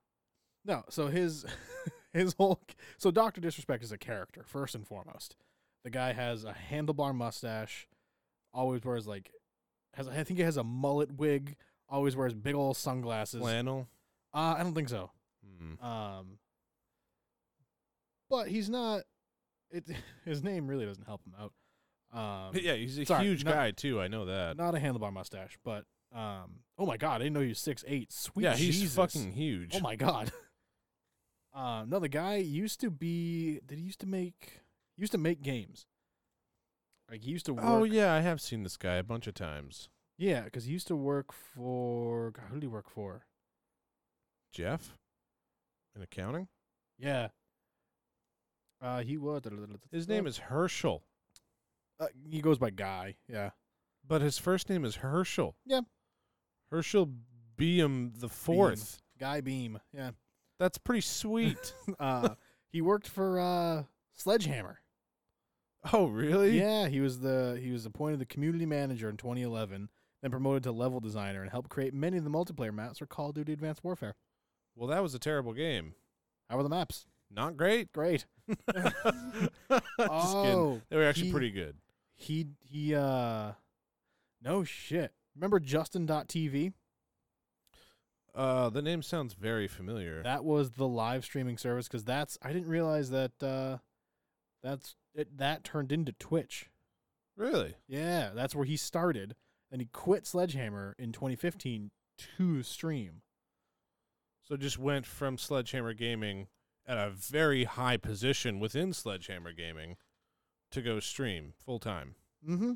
[SPEAKER 2] No, so his his whole so Doctor Disrespect is a character first and foremost. The guy has a handlebar mustache, always wears like has I think he has a mullet wig. Always wears big old sunglasses. Uh,
[SPEAKER 1] Flannel.
[SPEAKER 2] I don't think so.
[SPEAKER 1] Hmm.
[SPEAKER 2] Um, but he's not. It his name really doesn't help him out. Um,
[SPEAKER 1] yeah, he's a
[SPEAKER 2] sorry,
[SPEAKER 1] huge
[SPEAKER 2] not-
[SPEAKER 1] guy too. I know that.
[SPEAKER 2] not a handlebar mustache, but um. Oh my god, I didn't know he was six eight. Sweet,
[SPEAKER 1] yeah, he's
[SPEAKER 2] Jesus.
[SPEAKER 1] fucking huge.
[SPEAKER 2] Oh my god. Uh, no, the guy used to be. Did he used to make? Used to make games. I Like he used to work.
[SPEAKER 1] Oh yeah, I have seen this guy a bunch of times.
[SPEAKER 2] yeah, because he used to work for. God, who did he work for?
[SPEAKER 1] Jeff, in accounting,
[SPEAKER 2] Yeah. Uh, he was.
[SPEAKER 1] his name is Herschel,
[SPEAKER 2] Uh, he goes by Guy. Yeah.
[SPEAKER 1] but his first name is Herschel.
[SPEAKER 2] Yeah.
[SPEAKER 1] Herschel Beam the Fourth.
[SPEAKER 2] Guy Beam. Yeah.
[SPEAKER 1] That's pretty sweet.
[SPEAKER 2] Uh, he worked for uh Sledgehammer.
[SPEAKER 1] oh really?
[SPEAKER 2] Yeah, he was the he was appointed the community manager in 2011, then promoted to level designer and helped create many of the multiplayer maps for Call of Duty: Advanced Warfare.
[SPEAKER 1] Well, that was a terrible game.
[SPEAKER 2] How were the maps?
[SPEAKER 1] Not great.
[SPEAKER 2] Great.
[SPEAKER 1] Just kidding.
[SPEAKER 2] oh,
[SPEAKER 1] They were actually
[SPEAKER 2] he-
[SPEAKER 1] pretty good.
[SPEAKER 2] he he uh, no shit. Remember Justin.tv?
[SPEAKER 1] Uh, the name sounds very familiar.
[SPEAKER 2] That was the live streaming service because that's I didn't realize that uh, that's it, that turned into Twitch.
[SPEAKER 1] really?
[SPEAKER 2] Yeah, that's where he started, and he quit Sledgehammer in 2015 to stream.
[SPEAKER 1] So just went from Sledgehammer Gaming at a very high position within Sledgehammer Gaming to go stream full time.
[SPEAKER 2] Mm-hmm.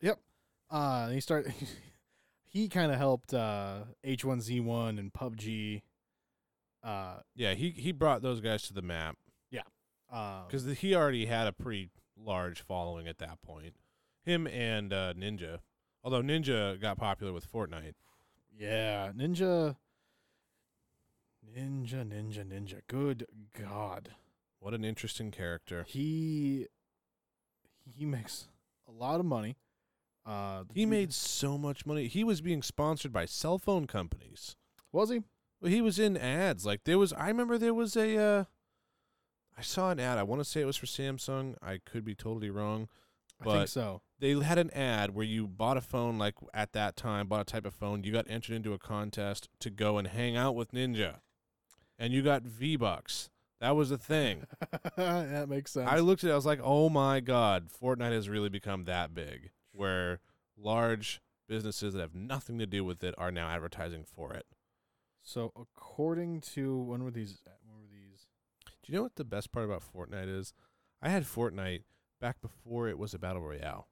[SPEAKER 2] Yep. Uh, and he started. he kind of helped uh, H1Z1 and PUBG. Uh,
[SPEAKER 1] Yeah, he he brought those guys to the map
[SPEAKER 2] uh,
[SPEAKER 1] because he already had a pretty large following at that point. Him and uh, Ninja, although Ninja got popular with Fortnite.
[SPEAKER 2] yeah, Ninja, Ninja, Ninja, Ninja. Good God,
[SPEAKER 1] What an interesting character!
[SPEAKER 2] he he makes a lot of money. Uh, the
[SPEAKER 1] He
[SPEAKER 2] dude-
[SPEAKER 1] made so much money. He was being sponsored by cell phone companies.
[SPEAKER 2] was he?
[SPEAKER 1] Well, he was in ads. Like there was, I remember there was a, uh, I saw an ad. I want to say it was for Samsung. I could be totally wrong.
[SPEAKER 2] I think
[SPEAKER 1] But-
[SPEAKER 2] so.
[SPEAKER 1] They had an ad where you bought a phone, like at that time, bought a type of phone. You got entered into a contest to go and hang out with Ninja, and you got V bucks. That was the thing.
[SPEAKER 2] that makes sense.
[SPEAKER 1] I looked at it. I was like, oh my god, Fortnite has really become that big, where large businesses that have nothing to do with it are now advertising for it.
[SPEAKER 2] so according to when were these? When were these?
[SPEAKER 1] Do you know what the best part about Fortnite is? I had Fortnite back before it was a battle royale.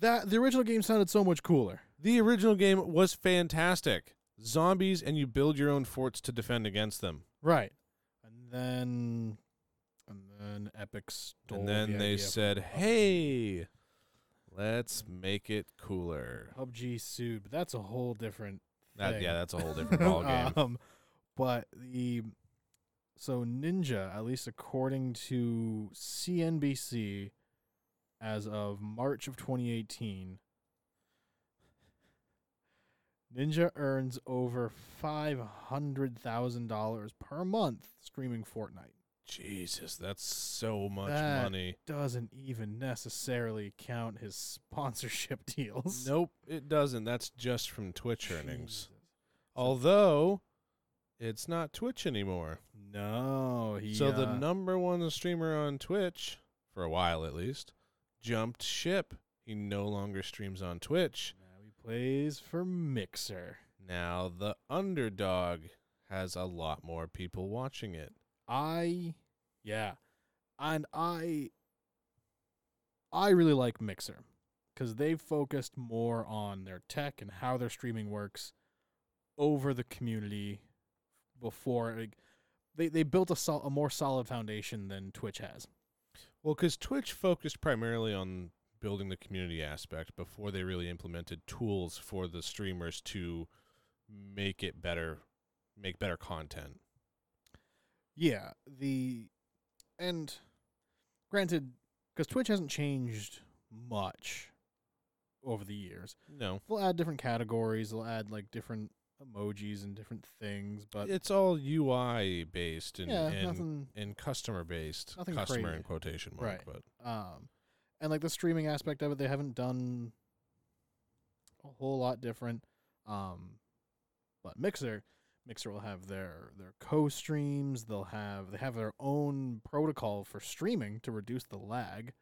[SPEAKER 2] That the original game sounded so much cooler.
[SPEAKER 1] The original game was fantastic. Zombies and you build your own forts to defend against them.
[SPEAKER 2] Right. And then and then Epic stole
[SPEAKER 1] and then
[SPEAKER 2] the
[SPEAKER 1] they
[SPEAKER 2] idea
[SPEAKER 1] said,
[SPEAKER 2] from PUBG.
[SPEAKER 1] "Hey, let's make it cooler."
[SPEAKER 2] PUBG sued, but that's a whole different
[SPEAKER 1] That,
[SPEAKER 2] thing.
[SPEAKER 1] yeah, that's a whole different ballgame.
[SPEAKER 2] um, but the so Ninja, at least according to CNBC as of March of 2018, Ninja earns over $500,000 per month streaming Fortnite.
[SPEAKER 1] Jesus, that's so much
[SPEAKER 2] That-
[SPEAKER 1] money.
[SPEAKER 2] doesn't even necessarily count his sponsorship deals.
[SPEAKER 1] Nope, it doesn't. That's just from Twitch earnings.
[SPEAKER 2] Jesus.
[SPEAKER 1] Although it's not Twitch anymore.
[SPEAKER 2] No, he.
[SPEAKER 1] So the
[SPEAKER 2] uh,
[SPEAKER 1] number one streamer on Twitch, for a while at least, jumped ship. He no longer streams on Twitch.
[SPEAKER 2] now he plays for Mixer.
[SPEAKER 1] Now the underdog has a lot more people watching it.
[SPEAKER 2] I, yeah, and I, I really like Mixer because they've focused more on their tech and how their streaming works over the community before like, they they built a sol- a more solid foundation than Twitch has.
[SPEAKER 1] Well, because Twitch focused primarily on building the community aspect before they really implemented tools for the streamers to make it better, make better content.
[SPEAKER 2] Yeah, the and granted, because Twitch hasn't changed much over the years.
[SPEAKER 1] No,
[SPEAKER 2] They'll add different categories. They'll add like different emojis and different things, but
[SPEAKER 1] it's all UI based and
[SPEAKER 2] yeah,
[SPEAKER 1] and,
[SPEAKER 2] nothing.
[SPEAKER 1] and customer based.
[SPEAKER 2] nothing
[SPEAKER 1] Customer
[SPEAKER 2] crazy.
[SPEAKER 1] in quotation mark,
[SPEAKER 2] Right.
[SPEAKER 1] but.
[SPEAKER 2] Um, and like the streaming aspect of it, they haven't done a whole lot different. Um, but Mixer, Mixer will have their their co streams. They'll have they have their own protocol for streaming to reduce the lag,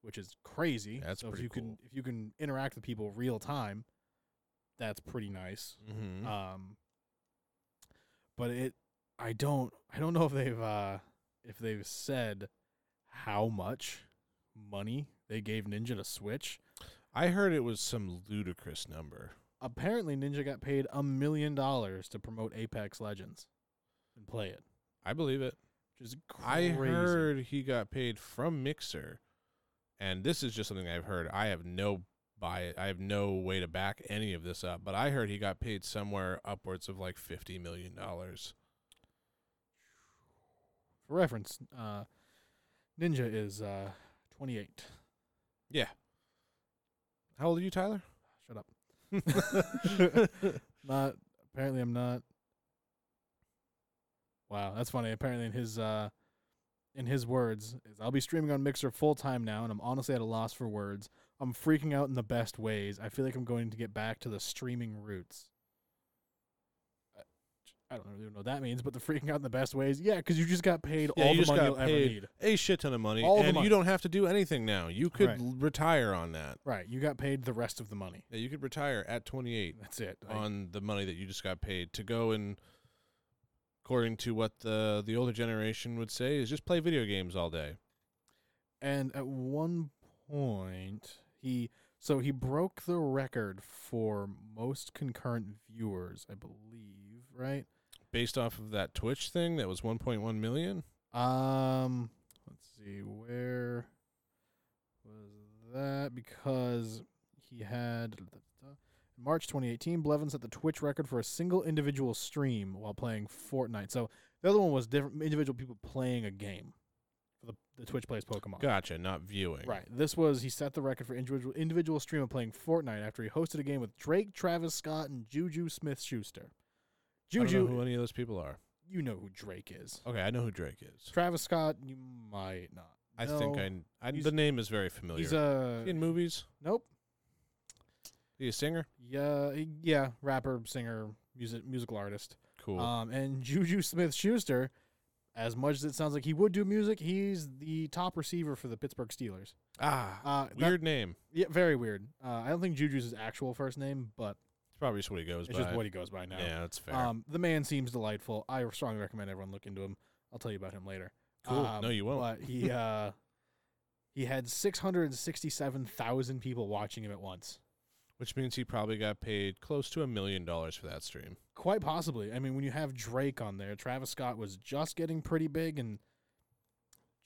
[SPEAKER 2] which is crazy.
[SPEAKER 1] That's
[SPEAKER 2] so
[SPEAKER 1] pretty
[SPEAKER 2] if you
[SPEAKER 1] cool.
[SPEAKER 2] can if you can interact with people real time, that's pretty nice.
[SPEAKER 1] Mm-hmm.
[SPEAKER 2] Um, but it, I don't, I don't know if they've, uh, if they've said how much money they gave Ninja the Switch.
[SPEAKER 1] I heard it was some ludicrous number.
[SPEAKER 2] Apparently, Ninja got paid a million dollars to promote Apex Legends and play it,
[SPEAKER 1] I believe it.
[SPEAKER 2] which is
[SPEAKER 1] I
[SPEAKER 2] crazy.
[SPEAKER 1] heard he got paid from Mixer, and this is just something I've heard. I have no buy. I have no way to back any of this up, but I heard he got paid somewhere upwards of like fifty million dollars.
[SPEAKER 2] For reference, uh, Ninja is uh, 28.
[SPEAKER 1] Yeah. How old are you, Tyler?
[SPEAKER 2] Shut up. not apparently I'm not. Wow, that's funny. Apparently in his uh in his words is I'll be streaming on Mixer full time now and I'm honestly at a loss for words. I'm freaking out in the best ways. I feel like I'm going to get back to the streaming roots. I- I don't really know what that means, but the freaking out in the best ways. Yeah, because you just got paid
[SPEAKER 1] Yeah,
[SPEAKER 2] all
[SPEAKER 1] you
[SPEAKER 2] the
[SPEAKER 1] just
[SPEAKER 2] money
[SPEAKER 1] got
[SPEAKER 2] you'll ever
[SPEAKER 1] paid.
[SPEAKER 2] need.
[SPEAKER 1] a shit ton of money,
[SPEAKER 2] All the
[SPEAKER 1] and
[SPEAKER 2] money.
[SPEAKER 1] you don't have to do anything now. You could
[SPEAKER 2] Right.
[SPEAKER 1] l- retire on that.
[SPEAKER 2] Right. You got paid the rest of the money.
[SPEAKER 1] Yeah, you could retire at twenty eight
[SPEAKER 2] That's it. Like,
[SPEAKER 1] on the money that you just got paid to go and, according to what the the older generation would say, is just play video games all day.
[SPEAKER 2] and at one point he so he broke the record for most concurrent viewers i believe right
[SPEAKER 1] based off of that Twitch thing that was 1.1 million.
[SPEAKER 2] um let's see where was that because he had in March 2018, Blevin set the Twitch record for a single individual stream while playing Fortnite. So the other one was different individual people playing a game. The, the Twitch plays Pokemon.
[SPEAKER 1] Gotcha, not viewing.
[SPEAKER 2] Right. This was he set the record for individual individual stream of playing Fortnite after he hosted a game with Drake, Travis Scott, and Juju Smith Schuster.
[SPEAKER 1] I don't know
[SPEAKER 2] Juju,
[SPEAKER 1] who any of those people are.
[SPEAKER 2] you know who Drake is.
[SPEAKER 1] Okay, I know who Drake is.
[SPEAKER 2] Travis Scott, you might not.
[SPEAKER 1] I think
[SPEAKER 2] know.
[SPEAKER 1] I, I
[SPEAKER 2] he's-
[SPEAKER 1] the name is very familiar.
[SPEAKER 2] He's a
[SPEAKER 1] Is he in movies?
[SPEAKER 2] nope.
[SPEAKER 1] He a singer?
[SPEAKER 2] Yeah, he- yeah, rapper, singer, music, musical artist.
[SPEAKER 1] Cool.
[SPEAKER 2] Um, and Juju Smith Schuster, as much as it sounds like he would do music, he's the top receiver for the Pittsburgh Steelers.
[SPEAKER 1] ah,
[SPEAKER 2] Uh, that-
[SPEAKER 1] weird name.
[SPEAKER 2] yeah, very weird. Uh, I don't think Juju's his actual first name, but
[SPEAKER 1] It's probably just what he goes
[SPEAKER 2] it's
[SPEAKER 1] by.
[SPEAKER 2] just what he goes by now.
[SPEAKER 1] yeah, that's fair.
[SPEAKER 2] Um, the man seems delightful. I strongly recommend everyone look into him. I'll tell you about him later.
[SPEAKER 1] cool.
[SPEAKER 2] Um,
[SPEAKER 1] no, you won't.
[SPEAKER 2] But he uh, he had six hundred sixty-seven thousand people watching him at once.
[SPEAKER 1] Which means he probably got paid close to a million dollars for that stream.
[SPEAKER 2] Quite possibly. I mean, when you have Drake on there, Travis Scott was just getting pretty big, and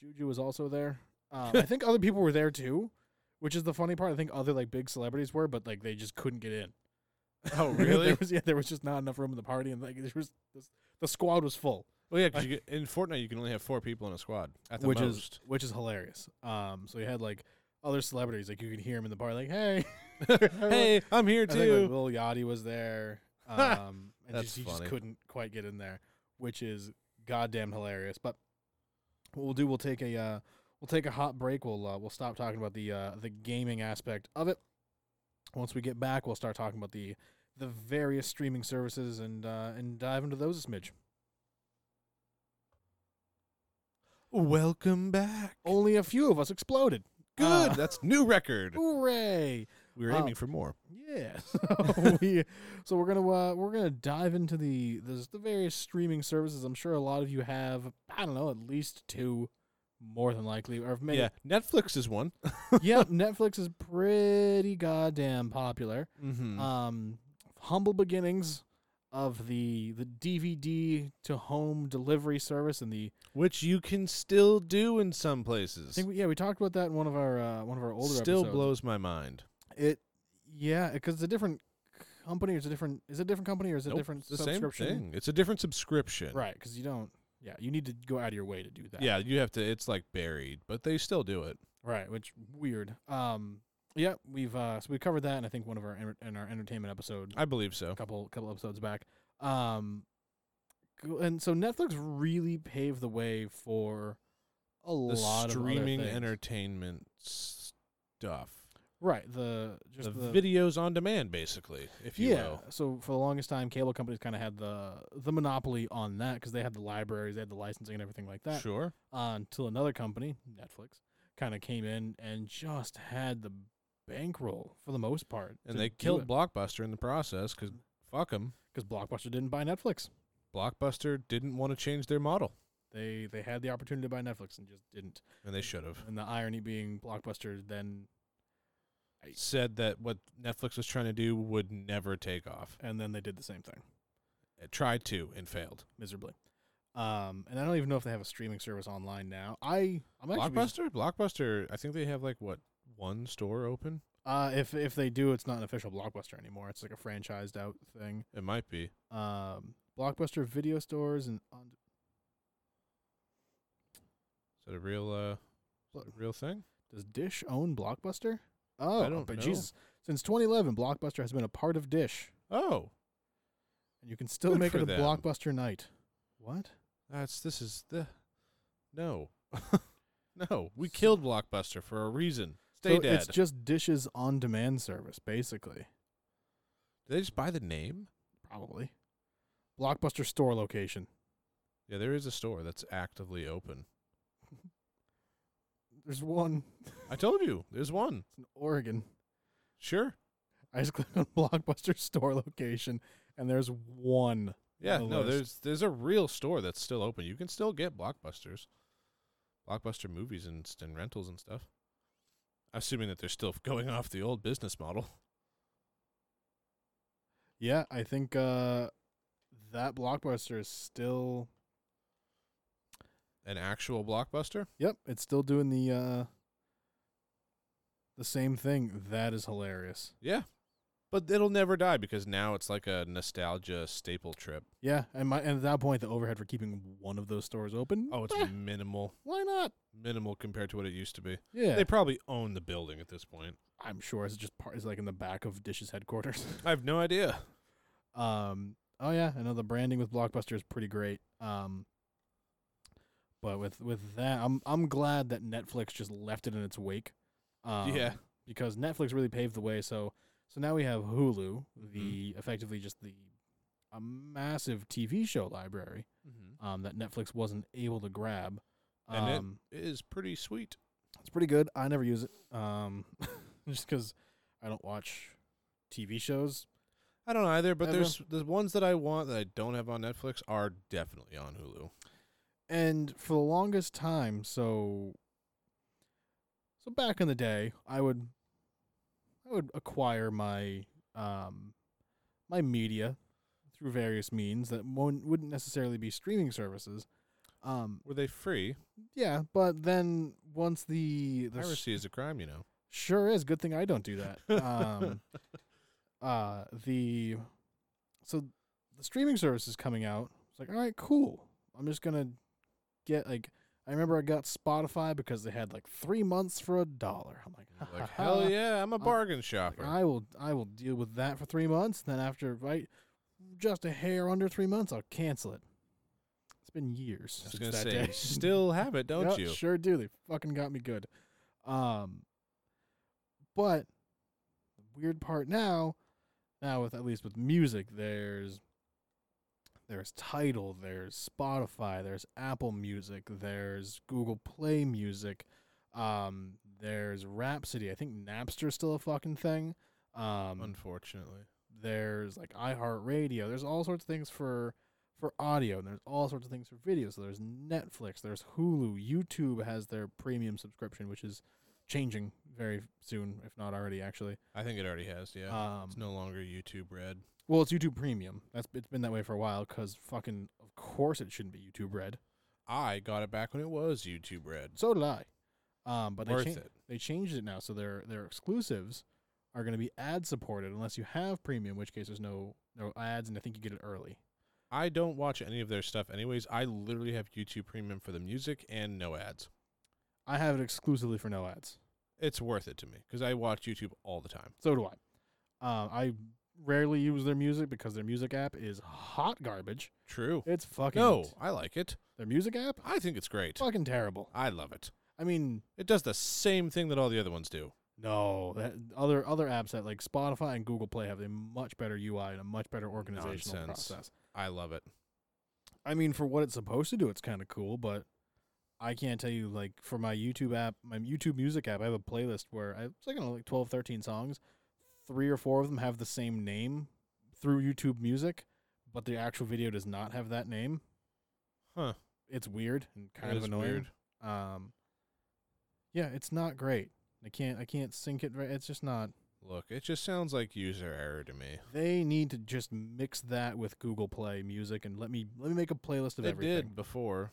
[SPEAKER 2] Juju was also there. Um, I think other people were there too, which is the funny part. I think other like big celebrities were, but like they just couldn't get in.
[SPEAKER 1] Oh,
[SPEAKER 2] there was yeah, there was just not enough room in the party, and like there was the squad was full.
[SPEAKER 1] well, yeah, because in Fortnite you can only have four people in a squad at the
[SPEAKER 2] which is
[SPEAKER 1] most.
[SPEAKER 2] which is hilarious. Um, so you had like other celebrities, like you could hear him in the bar, like, "Hey,
[SPEAKER 1] hey, I'm here
[SPEAKER 2] I think
[SPEAKER 1] too.
[SPEAKER 2] like, Lil Yachty was there." Um, and
[SPEAKER 1] That's
[SPEAKER 2] just, he just
[SPEAKER 1] funny.
[SPEAKER 2] couldn't quite get in there, which is goddamn hilarious. But what we'll do, we'll take a uh, we'll take a hot break. We'll uh, we'll stop talking about the uh, the gaming aspect of it. Once we get back, we'll start talking about the the various streaming services and uh, and dive into those a smidge.
[SPEAKER 1] Welcome back.
[SPEAKER 2] Only a few of us exploded.
[SPEAKER 1] Good.
[SPEAKER 2] Oh, Uh,
[SPEAKER 1] That's new record.
[SPEAKER 2] hooray!
[SPEAKER 1] We were
[SPEAKER 2] Uh,
[SPEAKER 1] aiming for more.
[SPEAKER 2] Yeah. So, we, so we're gonna uh, we're gonna dive into the the the various streaming services. I'm sure a lot of you have. I don't know, at least two, more than likely, or maybe
[SPEAKER 1] Yeah, Netflix is one.
[SPEAKER 2] yeah. Netflix is pretty goddamn popular.
[SPEAKER 1] Mm-hmm.
[SPEAKER 2] Um, humble beginnings of the the DVD to home delivery service and the
[SPEAKER 1] Which you can still do in some places.
[SPEAKER 2] I think we, yeah we talked about that in one of our uh, one of our older
[SPEAKER 1] still
[SPEAKER 2] episodes.
[SPEAKER 1] blows my mind.
[SPEAKER 2] it yeah because it's a different company. It's a different is it a different company or is it
[SPEAKER 1] Nope,
[SPEAKER 2] a different
[SPEAKER 1] it's the same
[SPEAKER 2] subscription?
[SPEAKER 1] thing. It's a different subscription.
[SPEAKER 2] Right, because you don't. Yeah, you need to go out of your way to do that.
[SPEAKER 1] Yeah, you have to. It's like buried, but they still do it.
[SPEAKER 2] Right, which weird. Um, yeah, we've uh, so we covered that, and I think one of our enter- in our entertainment episode
[SPEAKER 1] I believe so.
[SPEAKER 2] a couple couple episodes back. Um, go- and so Netflix really paved the way for a
[SPEAKER 1] The
[SPEAKER 2] lot
[SPEAKER 1] streaming
[SPEAKER 2] of other things.
[SPEAKER 1] entertainment stuff.
[SPEAKER 2] Right, the
[SPEAKER 1] The,
[SPEAKER 2] just the,
[SPEAKER 1] videos on demand, basically, if you
[SPEAKER 2] yeah.
[SPEAKER 1] will.
[SPEAKER 2] So for the longest time, cable companies kind of had the the monopoly on that because they had the libraries, they had the licensing, and everything like that.
[SPEAKER 1] Sure.
[SPEAKER 2] uh, until another company, Netflix, kind of came in and just had the bankroll for the most part.
[SPEAKER 1] And they killed Blockbuster in the process because fuck them.
[SPEAKER 2] because Blockbuster didn't buy Netflix.
[SPEAKER 1] Blockbuster didn't want to change their model.
[SPEAKER 2] They they had the opportunity to buy Netflix and just didn't.
[SPEAKER 1] and they should have
[SPEAKER 2] And the irony being, Blockbuster then
[SPEAKER 1] said that what Netflix was trying to do would never take off.
[SPEAKER 2] and then they did the same thing
[SPEAKER 1] It tried to and failed.
[SPEAKER 2] miserably. Um, and I don't even know if they have a streaming service online now. I I'm actually
[SPEAKER 1] Blockbuster, Blockbuster. I think they have like what one store open.
[SPEAKER 2] Uh, if if they do, it's not an official Blockbuster anymore. It's like a franchised out thing.
[SPEAKER 1] It might be.
[SPEAKER 2] Um, Blockbuster video stores and on,
[SPEAKER 1] Is that a real uh is that a real thing?
[SPEAKER 2] does Dish own Blockbuster? Oh,
[SPEAKER 1] don't
[SPEAKER 2] but
[SPEAKER 1] know.
[SPEAKER 2] Jesus! Since 2011, Blockbuster has been a part of Dish,
[SPEAKER 1] Oh,
[SPEAKER 2] and you can still
[SPEAKER 1] Good
[SPEAKER 2] make
[SPEAKER 1] for
[SPEAKER 2] it a
[SPEAKER 1] them.
[SPEAKER 2] Blockbuster night. What?
[SPEAKER 1] that's this is the no, no. We killed Blockbuster for a reason. Stay
[SPEAKER 2] so
[SPEAKER 1] dead.
[SPEAKER 2] It's just Dish's on-demand service, basically.
[SPEAKER 1] Did they just buy the name?
[SPEAKER 2] Probably. Blockbuster store location.
[SPEAKER 1] Yeah, there is a store that's actively open.
[SPEAKER 2] There's one
[SPEAKER 1] I told you, there's one.
[SPEAKER 2] in Oregon.
[SPEAKER 1] Sure.
[SPEAKER 2] I just clicked on Blockbuster store location, and there's one.
[SPEAKER 1] Yeah,
[SPEAKER 2] the
[SPEAKER 1] no,
[SPEAKER 2] list.
[SPEAKER 1] there's there's a real store that's still open. You can still get blockbusters, blockbuster movies and, s- and rentals and stuff. Assuming that they're still going off the old business model.
[SPEAKER 2] Yeah, I think uh, that blockbuster is still.
[SPEAKER 1] An actual blockbuster?
[SPEAKER 2] Yep, it's still doing the uh, the same thing. That is hilarious.
[SPEAKER 1] Yeah. But it'll never die because now it's like a nostalgia staple trip.
[SPEAKER 2] Yeah, and my and at that point, the overhead for keeping one of those stores open.
[SPEAKER 1] Oh, it's
[SPEAKER 2] eh,
[SPEAKER 1] minimal.
[SPEAKER 2] why not?
[SPEAKER 1] Minimal compared to what it used to be.
[SPEAKER 2] Yeah,
[SPEAKER 1] They probably own the building at this point.
[SPEAKER 2] I'm sure it's just part. It's like in the back of Dish's headquarters.
[SPEAKER 1] I have no idea.
[SPEAKER 2] Um. Oh yeah, I know the branding with Blockbuster is pretty great. Um. But with with that, I'm I'm glad that Netflix just left it in its wake. Um,
[SPEAKER 1] Yeah.
[SPEAKER 2] Because Netflix really paved the way. So so now we have Hulu, the
[SPEAKER 1] Mm-hmm.
[SPEAKER 2] effectively just the a massive TV show library
[SPEAKER 1] Mm-hmm.
[SPEAKER 2] um, that Netflix wasn't able to grab.
[SPEAKER 1] And it-
[SPEAKER 2] um,
[SPEAKER 1] It is pretty sweet.
[SPEAKER 2] it's pretty good. I never use it. Um, just because I don't watch TV shows.
[SPEAKER 1] I don't either, but
[SPEAKER 2] Ever-
[SPEAKER 1] there's the ones that I want that I don't have on Netflix are definitely on Hulu.
[SPEAKER 2] and for the longest time so so back in the day i would i would acquire my um my media through various means that won't, wouldn't necessarily be streaming services um
[SPEAKER 1] Were they free?
[SPEAKER 2] yeah but then once the, the s-
[SPEAKER 1] Piracy is a crime, you know.
[SPEAKER 2] Sure is. Good thing I don't do that. Um, uh, the so the streaming service is coming out. It's like, all right, cool. I'm just gonna get like. I remember I got Spotify because they had like three months for a dollar. I'm like, ha,
[SPEAKER 1] Like
[SPEAKER 2] ha,
[SPEAKER 1] hell
[SPEAKER 2] ha.
[SPEAKER 1] yeah, I'm a
[SPEAKER 2] I'm-
[SPEAKER 1] bargain
[SPEAKER 2] Oh, Like,
[SPEAKER 1] shopper.
[SPEAKER 2] I will, I will deal with that for three months. Then after right, just a hair under three months, I'll cancel it. It's been years.
[SPEAKER 1] I was
[SPEAKER 2] since
[SPEAKER 1] gonna
[SPEAKER 2] that
[SPEAKER 1] say,
[SPEAKER 2] day.
[SPEAKER 1] you still have it, don't
[SPEAKER 2] Yep,
[SPEAKER 1] you?
[SPEAKER 2] Sure do. They fucking got me good. Um, but the weird part now, now with at least with music, there's there's title, there's Spotify, there's Apple Music, there's Google Play Music, um, there's Rhapsody. I think Napster's still a fucking thing. Um,
[SPEAKER 1] Unfortunately,
[SPEAKER 2] there's like iHeartRadio. There's all sorts of things for for audio, and there's all sorts of things for video. So there's Netflix, there's Hulu, YouTube has their premium subscription, which is changing very soon, if not already actually.
[SPEAKER 1] I think it already has. Yeah,
[SPEAKER 2] um,
[SPEAKER 1] it's no longer YouTube Red.
[SPEAKER 2] well, it's YouTube Premium. That's it's been that way for a while because fucking of course it shouldn't be YouTube Red.
[SPEAKER 1] I got it back when it was YouTube Red.
[SPEAKER 2] So did I. Um, but
[SPEAKER 1] Worth
[SPEAKER 2] they cha-
[SPEAKER 1] it.
[SPEAKER 2] they changed it now, so their their exclusives are going to be ad supported unless you have premium, in which case there's no no ads, and I think you get it early.
[SPEAKER 1] I don't watch any of their stuff, anyways. I literally have YouTube Premium for the music and no ads.
[SPEAKER 2] I have it exclusively for no ads.
[SPEAKER 1] It's worth it to me because I watch YouTube all the time.
[SPEAKER 2] So do I. Um, I rarely use their music because their music app is hot garbage.
[SPEAKER 1] True.
[SPEAKER 2] It's fucking
[SPEAKER 1] No, I like it.
[SPEAKER 2] Their music app,
[SPEAKER 1] I think it's great.
[SPEAKER 2] fucking terrible.
[SPEAKER 1] I love it.
[SPEAKER 2] I mean,
[SPEAKER 1] It does the same thing that all the other ones do.
[SPEAKER 2] no, that other other apps that like Spotify and Google Play have a much better UI and a much better organizational
[SPEAKER 1] Nonsense.
[SPEAKER 2] process.
[SPEAKER 1] I love it.
[SPEAKER 2] I mean, for what it's supposed to do, it's kind of cool, but I can't tell you like for my YouTube app, my YouTube music app, I have a playlist where I it's like, I don't know, like 12, 13 songs. Three or four of them have the same name through YouTube music, but the actual video does not have that name.
[SPEAKER 1] Huh.
[SPEAKER 2] it's weird and kind
[SPEAKER 1] It
[SPEAKER 2] of
[SPEAKER 1] is
[SPEAKER 2] annoying.
[SPEAKER 1] weird.
[SPEAKER 2] Um, yeah, it's not great. I can't I can't sync it right. It's just not.
[SPEAKER 1] Look, it just sounds like user error to me.
[SPEAKER 2] They need to just mix that with Google Play Music and let me let me make a playlist of
[SPEAKER 1] They
[SPEAKER 2] everything.
[SPEAKER 1] did before.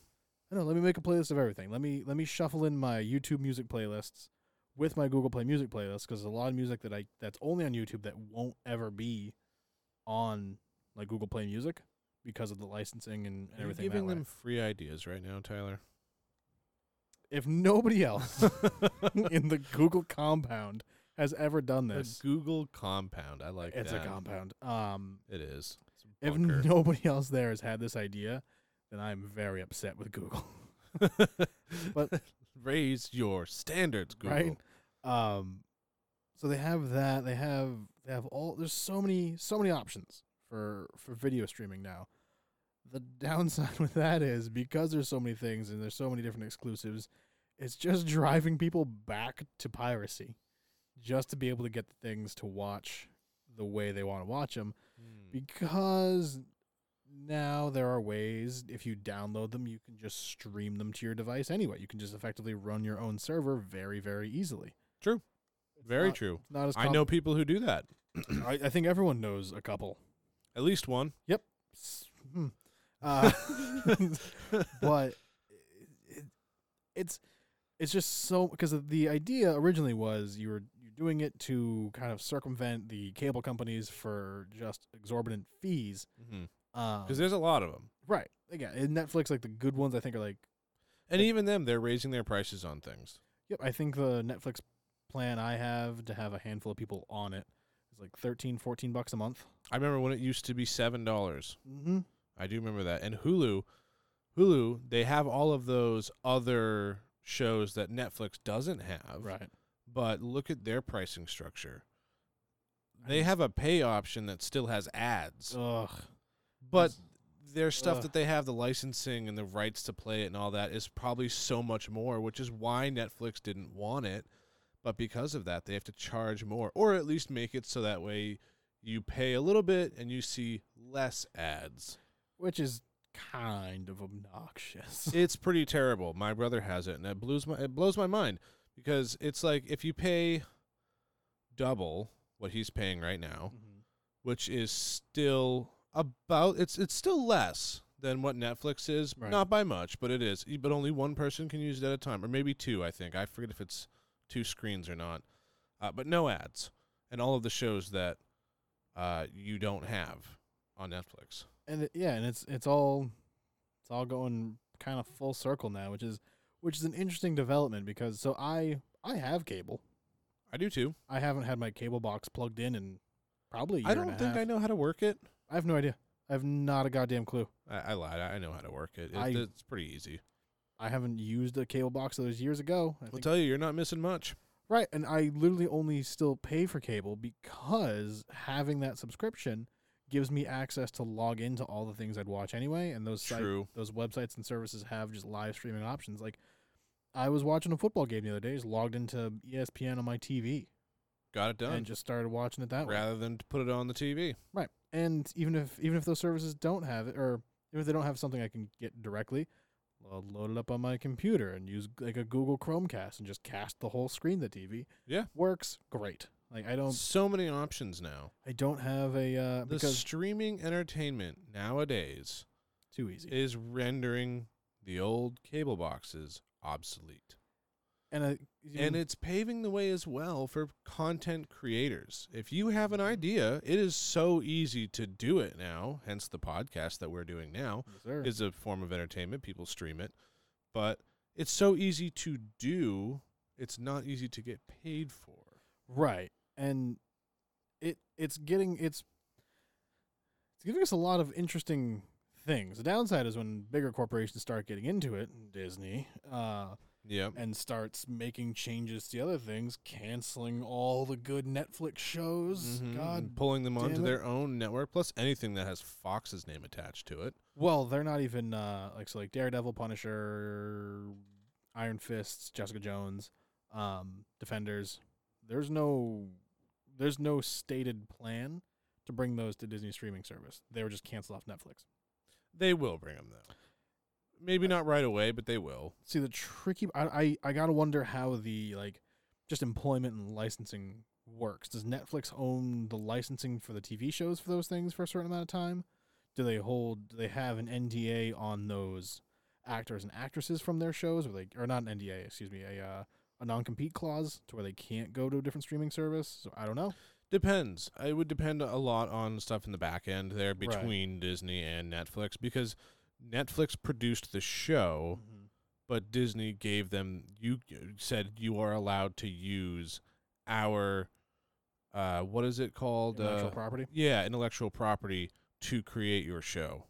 [SPEAKER 2] I know. Let me make a playlist of everything. Let me let me shuffle in my YouTube music playlists with my Google Play Music playlist because there's a lot of music that I that's only on YouTube that won't ever be on like Google Play Music because of the licensing and, and
[SPEAKER 1] You're
[SPEAKER 2] everything.
[SPEAKER 1] giving
[SPEAKER 2] that way.
[SPEAKER 1] them free ideas right now, Tyler.
[SPEAKER 2] If nobody else in the Google compound has ever done
[SPEAKER 1] The
[SPEAKER 2] this,
[SPEAKER 1] Google compound. I like
[SPEAKER 2] it's
[SPEAKER 1] that.
[SPEAKER 2] a compound. Um,
[SPEAKER 1] It is. It's a
[SPEAKER 2] if
[SPEAKER 1] bunker.
[SPEAKER 2] nobody else there has had this idea, then I'm very upset with Google. But-
[SPEAKER 1] raise your standards, Google.
[SPEAKER 2] Right? Um, so they have that. They have they have all. There's so many so many options for for video streaming now. The downside with that is because there's so many things and there's so many different exclusives, it's just driving people back to piracy, just to be able to get the things to watch the way they want to watch them.
[SPEAKER 1] Hmm. Mm.
[SPEAKER 2] because now there are ways if you download them you can just stream them to your device anyway you can just effectively run your own server very very easily
[SPEAKER 1] True.
[SPEAKER 2] It's
[SPEAKER 1] Very
[SPEAKER 2] not-
[SPEAKER 1] true.
[SPEAKER 2] it's not as
[SPEAKER 1] I know people who do that.
[SPEAKER 2] compli- I, I think everyone knows a couple
[SPEAKER 1] At least one.
[SPEAKER 2] S- hmm. uh, but it, it's it's just so because the idea originally was you were you're doing it to kind of circumvent the cable companies for just exorbitant fees because
[SPEAKER 1] there's a lot of them,
[SPEAKER 2] Right. Yeah. And Netflix, like the good ones, I think are like,
[SPEAKER 1] and even them, they're raising their prices on things.
[SPEAKER 2] yep. I think the Netflix plan I have to have a handful of people on it is like 13, 14 bucks a month.
[SPEAKER 1] I remember when it used to be seven dollars.
[SPEAKER 2] Mm-hmm.
[SPEAKER 1] I do remember that. And Hulu, Hulu, they have all of those other shows that Netflix doesn't have.
[SPEAKER 2] Right.
[SPEAKER 1] But look at their pricing structure.
[SPEAKER 2] I
[SPEAKER 1] They
[SPEAKER 2] just-
[SPEAKER 1] have a pay option that still has ads,
[SPEAKER 2] Ugh.
[SPEAKER 1] but their stuff
[SPEAKER 2] Ugh.
[SPEAKER 1] that they have, the licensing and the rights to play it and all that, is probably so much more, which is why Netflix didn't want it. But because of that, they have to charge more, or at least make it so that way you pay a little bit and you see less ads.
[SPEAKER 2] Which is kind of obnoxious.
[SPEAKER 1] it's pretty terrible. My brother has it, and it blows my it blows my mind because it's like if you pay double what he's paying right now,
[SPEAKER 2] Mhm.
[SPEAKER 1] which is still about it's it's still less than what Netflix is,
[SPEAKER 2] Right.
[SPEAKER 1] not by much, but it is. E- But only one person can use it at a time, or maybe two. I think I forget if it's two screens or not. Uh, but no ads, and all of the shows that uh, you don't have on Netflix.
[SPEAKER 2] And it, yeah, and it's it's all it's all going kind of full circle now, which is which is an interesting development because so I I have cable.
[SPEAKER 1] I do too.
[SPEAKER 2] I haven't had my cable box plugged in in probably. a
[SPEAKER 1] I
[SPEAKER 2] year and
[SPEAKER 1] don't
[SPEAKER 2] a
[SPEAKER 1] think
[SPEAKER 2] half.
[SPEAKER 1] I know how to work it.
[SPEAKER 2] I have no idea. I have not a goddamn clue.
[SPEAKER 1] I, I lied. I know how to work it. it
[SPEAKER 2] I-
[SPEAKER 1] it's pretty easy.
[SPEAKER 2] I haven't used a cable box of those years ago. I
[SPEAKER 1] I'll
[SPEAKER 2] think-
[SPEAKER 1] tell you, you're not missing much.
[SPEAKER 2] right, and I literally only still pay for cable because having that subscription gives me access to log into all the things I'd watch anyway, and those site,
[SPEAKER 1] True.
[SPEAKER 2] those websites and services have just live streaming options. Like I was watching a football game the other day, just logged into E ESPN on my TV
[SPEAKER 1] Got it done.
[SPEAKER 2] and just started watching it that way.
[SPEAKER 1] Rather than to put it on the TV.
[SPEAKER 2] Right. And even if even if those services don't have it, or even if they don't have something I can get directly, I'll load it up on my computer and use like a Google Chromecast and just cast the whole screen to TV.
[SPEAKER 1] Yeah.
[SPEAKER 2] works great. Like I don't
[SPEAKER 1] So many options now.
[SPEAKER 2] I don't have a uh,
[SPEAKER 1] The
[SPEAKER 2] because
[SPEAKER 1] streaming entertainment nowadays
[SPEAKER 2] too easy.
[SPEAKER 1] is rendering the old cable boxes obsolete.
[SPEAKER 2] And I
[SPEAKER 1] And it's paving the way as well for content creators. If you have an idea, it is so easy to do it now, hence the podcast that we're doing now.
[SPEAKER 2] sir.
[SPEAKER 1] is a form of entertainment. People stream it, but it's so easy to do. It's not easy to get paid for.
[SPEAKER 2] right. And it it's getting it's it's giving us a lot of interesting things. The downside is when bigger corporations start getting into it, Disney, uh,
[SPEAKER 1] Yeah,
[SPEAKER 2] and starts making changes to other things, canceling all the good Netflix shows. God,
[SPEAKER 1] Mm-hmm. pulling them onto
[SPEAKER 2] damn it.
[SPEAKER 1] their own network. Plus anything that has Fox's name attached to it.
[SPEAKER 2] well, they're not even uh, like so like Daredevil, Punisher, Iron Fists, Jessica Jones, um, Defenders. There's no there's no stated plan to bring those to Disney streaming service. They were just canceled off Netflix.
[SPEAKER 1] They will bring them though. Maybe not right away, but they will.
[SPEAKER 2] See the tricky. I, I I gotta wonder how the like just employment and licensing works. Does Netflix own the licensing for the TV shows for those things for a certain amount of time? Do they hold? Do they have an NDA on those actors and actresses from their shows, or they or not an NDA? Excuse me, a uh, a non compete clause to where they can't go to a different streaming service. So I don't know.
[SPEAKER 1] Depends. It would depend a lot on stuff in the back end there between Disney and Netflix because Netflix produced the show, but Disney gave them you you said you are allowed to use our uh what is it called?
[SPEAKER 2] Intellectual
[SPEAKER 1] uh,
[SPEAKER 2] property.
[SPEAKER 1] yeah, intellectual property to create your show.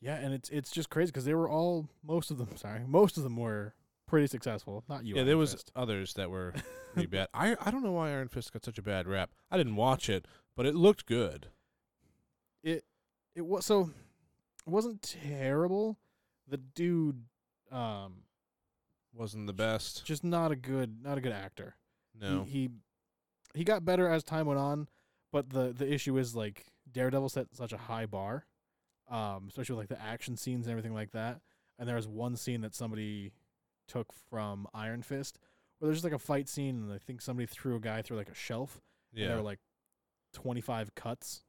[SPEAKER 2] Yeah, and it's it's just crazy because they were all most of them. Sorry, most of them were pretty successful. Not you.
[SPEAKER 1] yeah,
[SPEAKER 2] Iron
[SPEAKER 1] there was
[SPEAKER 2] Fist.
[SPEAKER 1] others that were pretty bad. I I don't know why Iron Fist got such a bad rap. I didn't watch it, but it looked good.
[SPEAKER 2] it it was so it wasn't terrible. The dude, um,
[SPEAKER 1] Wasn't the best.
[SPEAKER 2] just not a good not a good actor. He-
[SPEAKER 1] No.
[SPEAKER 2] he he got better as time went on, but the the issue is like Daredevil set such a high bar, um, especially with like the action scenes and everything like that. And there was one scene that somebody took from Iron Fist where there's just like a fight scene, and I think somebody threw a guy through like a shelf. And there
[SPEAKER 1] Yeah.
[SPEAKER 2] were like 25 cuts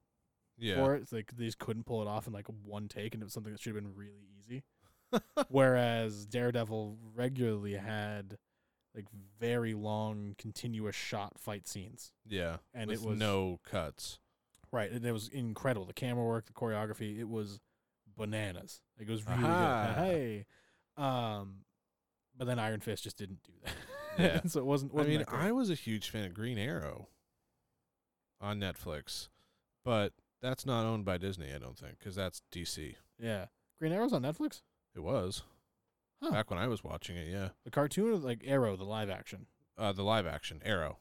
[SPEAKER 1] Yeah.
[SPEAKER 2] for it. It's like they just couldn't pull it off in like one take, and it was something that should have been really easy. Whereas Daredevil regularly had like very long, continuous shot fight scenes,
[SPEAKER 1] Yeah.
[SPEAKER 2] and
[SPEAKER 1] with
[SPEAKER 2] it was
[SPEAKER 1] no cuts.
[SPEAKER 2] right. And it was incredible. The camera work, the choreography, it was bananas. Like, it was really
[SPEAKER 1] Aha.
[SPEAKER 2] good. Hey, um, but then Iron Fist just didn't do that.
[SPEAKER 1] Yeah.
[SPEAKER 2] so it wasn't.
[SPEAKER 1] I
[SPEAKER 2] wasn't
[SPEAKER 1] mean,
[SPEAKER 2] that great.
[SPEAKER 1] I was a huge fan of Green Arrow on Netflix, but that's not owned by Disney, I don't think, because that's DC.
[SPEAKER 2] yeah. Green Arrow's on Netflix.
[SPEAKER 1] It was
[SPEAKER 2] Huh.
[SPEAKER 1] back when I was watching it. Yeah,
[SPEAKER 2] The cartoon, or like Arrow, the live action.
[SPEAKER 1] uh, the live action Arrow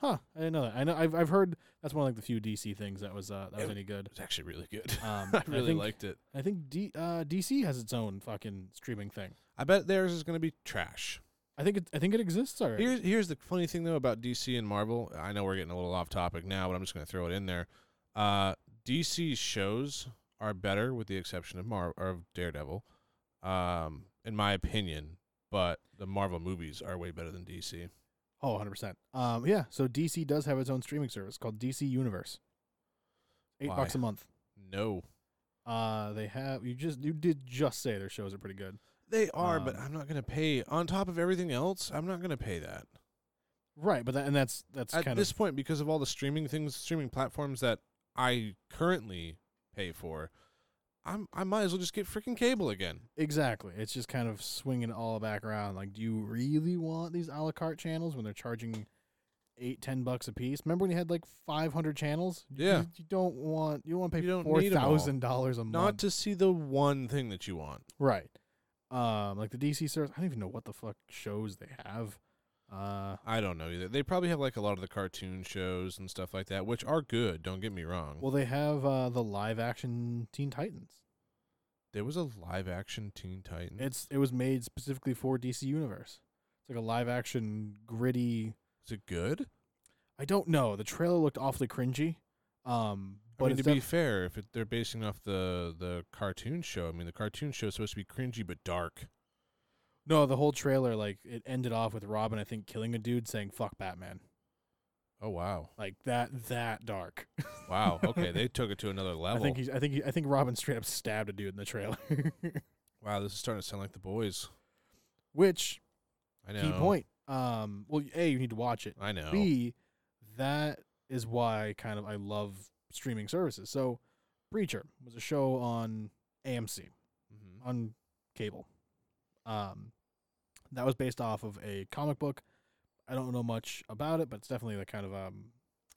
[SPEAKER 2] Huh? I didn't know that. I know I've I've heard that's one of like the few DC things that was uh, that was
[SPEAKER 1] It-
[SPEAKER 2] any good.
[SPEAKER 1] It was actually really good.
[SPEAKER 2] Um,
[SPEAKER 1] I really
[SPEAKER 2] think,
[SPEAKER 1] liked it.
[SPEAKER 2] I think D, uh, DC has its own fucking streaming thing.
[SPEAKER 1] I bet theirs is going to be trash.
[SPEAKER 2] I think it I think it exists already.
[SPEAKER 1] Here's here's the funny thing though about DC and Marvel. I know we're getting a little off topic now, but I'm just going to throw it in there. Uh, DC's shows are better, with the exception of Mar or of Daredevil, um, in my opinion. But the Marvel movies are way better than DC.
[SPEAKER 2] oh, 100 percent. Um, yeah. So DC does have its own streaming service called DC Universe. Eight
[SPEAKER 1] Why?
[SPEAKER 2] bucks a month.
[SPEAKER 1] No,
[SPEAKER 2] Uh, they have you just you did just say their shows are pretty good.
[SPEAKER 1] they are, but
[SPEAKER 2] Um,
[SPEAKER 1] I'm not going to pay. On top of everything else, I'm not going to pay that
[SPEAKER 2] Right, but that and that's that's
[SPEAKER 1] at
[SPEAKER 2] kind
[SPEAKER 1] this
[SPEAKER 2] of
[SPEAKER 1] point because of all the streaming things, streaming platforms that I currently pay for. I'm I might as well just get freaking cable again.
[SPEAKER 2] exactly. It's just kind of swinging it all back around. Like, do you really want these a la carte channels when they're charging eight, ten bucks a piece. Remember when you had like five hundred channels? You-
[SPEAKER 1] Yeah.
[SPEAKER 2] you, don't want you want to pay
[SPEAKER 1] You don't
[SPEAKER 2] four
[SPEAKER 1] need 'em all.
[SPEAKER 2] thousand dollars a month.
[SPEAKER 1] not to see the one thing that you want.
[SPEAKER 2] right. Um, like the DC service. I don't even know what the fuck shows they have. Uh,
[SPEAKER 1] I don't know either. They probably have like a lot of the cartoon shows and stuff like that, which are good. Don't get me wrong.
[SPEAKER 2] well, they have uh the live action Teen Titans.
[SPEAKER 1] there was a live action Teen Titan.
[SPEAKER 2] It's it was made specifically for DC Universe. It's like a live action gritty.
[SPEAKER 1] Is it good?
[SPEAKER 2] I don't know. The trailer looked awfully cringy. Um, but
[SPEAKER 1] I mean,
[SPEAKER 2] it's
[SPEAKER 1] to be
[SPEAKER 2] def-
[SPEAKER 1] fair, if it, they're basing off the the cartoon show, I mean, the cartoon show is supposed to be cringy but dark.
[SPEAKER 2] no, the whole trailer like it ended off with Robin I think killing a dude saying "fuck Batman."
[SPEAKER 1] Oh wow,
[SPEAKER 2] like that that dark.
[SPEAKER 1] wow. Okay, they took it to another
[SPEAKER 2] I
[SPEAKER 1] level.
[SPEAKER 2] think he's, I think he, I think Robin straight up stabbed a dude in the trailer.
[SPEAKER 1] wow, this is starting to sound like the boys.
[SPEAKER 2] Which
[SPEAKER 1] I know.
[SPEAKER 2] key point? Um, well, a you need to watch it.
[SPEAKER 1] I know.
[SPEAKER 2] B that is why kind of I love streaming services. So Breacher was a show on AMC
[SPEAKER 1] Mhm.
[SPEAKER 2] on cable. Um, that was based off of a comic book. I don't know much about it, but it's definitely the kind of um,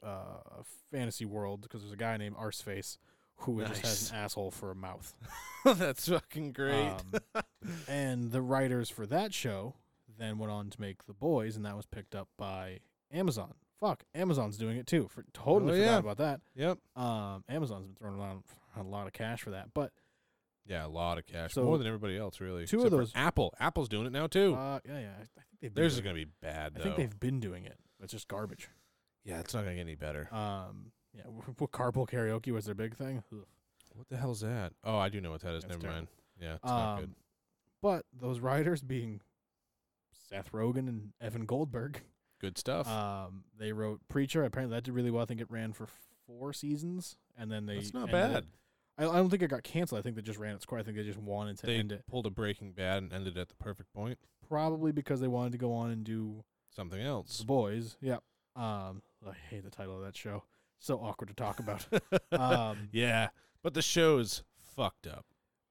[SPEAKER 2] uh, fantasy world because there's a guy named Arseface who just has
[SPEAKER 1] Nice.
[SPEAKER 2] an asshole for a mouth.
[SPEAKER 1] That's fucking great.
[SPEAKER 2] Um, and the writers for that show then went on to make The Boys, and that was picked up by Amazon. Fuck, Amazon's doing it too. For totally
[SPEAKER 1] Oh,
[SPEAKER 2] forgot
[SPEAKER 1] yeah.
[SPEAKER 2] about that.
[SPEAKER 1] yep.
[SPEAKER 2] Um, Amazon's been throwing around a lot of cash for that, but
[SPEAKER 1] Yeah, a lot of cash,
[SPEAKER 2] So,
[SPEAKER 1] more than everybody else, really.
[SPEAKER 2] two
[SPEAKER 1] Except
[SPEAKER 2] of
[SPEAKER 1] for
[SPEAKER 2] those-
[SPEAKER 1] Apple, Apple's doing it now too.
[SPEAKER 2] uh, yeah, yeah, I think they've been
[SPEAKER 1] Theirs is
[SPEAKER 2] doing-
[SPEAKER 1] gonna be bad
[SPEAKER 2] I
[SPEAKER 1] though.
[SPEAKER 2] think they've been doing it. It's just garbage.
[SPEAKER 1] yeah, it's not gonna get any better.
[SPEAKER 2] Um, yeah, what carpool karaoke was their big thing? Ugh.
[SPEAKER 1] What the hell's that? Oh, I do know what that is.
[SPEAKER 2] That's
[SPEAKER 1] Never
[SPEAKER 2] terrible.
[SPEAKER 1] mind. Yeah, it's not good.
[SPEAKER 2] Um, But those writers being Seth Rogen and Evan Goldberg,
[SPEAKER 1] Good stuff.
[SPEAKER 2] um, they wrote Preacher. Apparently, that did really well. I think it ran for four seasons, and then they.
[SPEAKER 1] That's not
[SPEAKER 2] ended
[SPEAKER 1] bad.
[SPEAKER 2] it- I, I don't think it got canceled. I think they just ran its course. I think they just wanted to
[SPEAKER 1] They
[SPEAKER 2] end it,
[SPEAKER 1] pulled a Breaking Bad and ended at the perfect point.
[SPEAKER 2] probably because they wanted to go on and do
[SPEAKER 1] Something
[SPEAKER 2] The
[SPEAKER 1] else.
[SPEAKER 2] Boys. Yep. Um, I hate the title of that show. So awkward to talk about. um,
[SPEAKER 1] yeah, but the show's fucked up.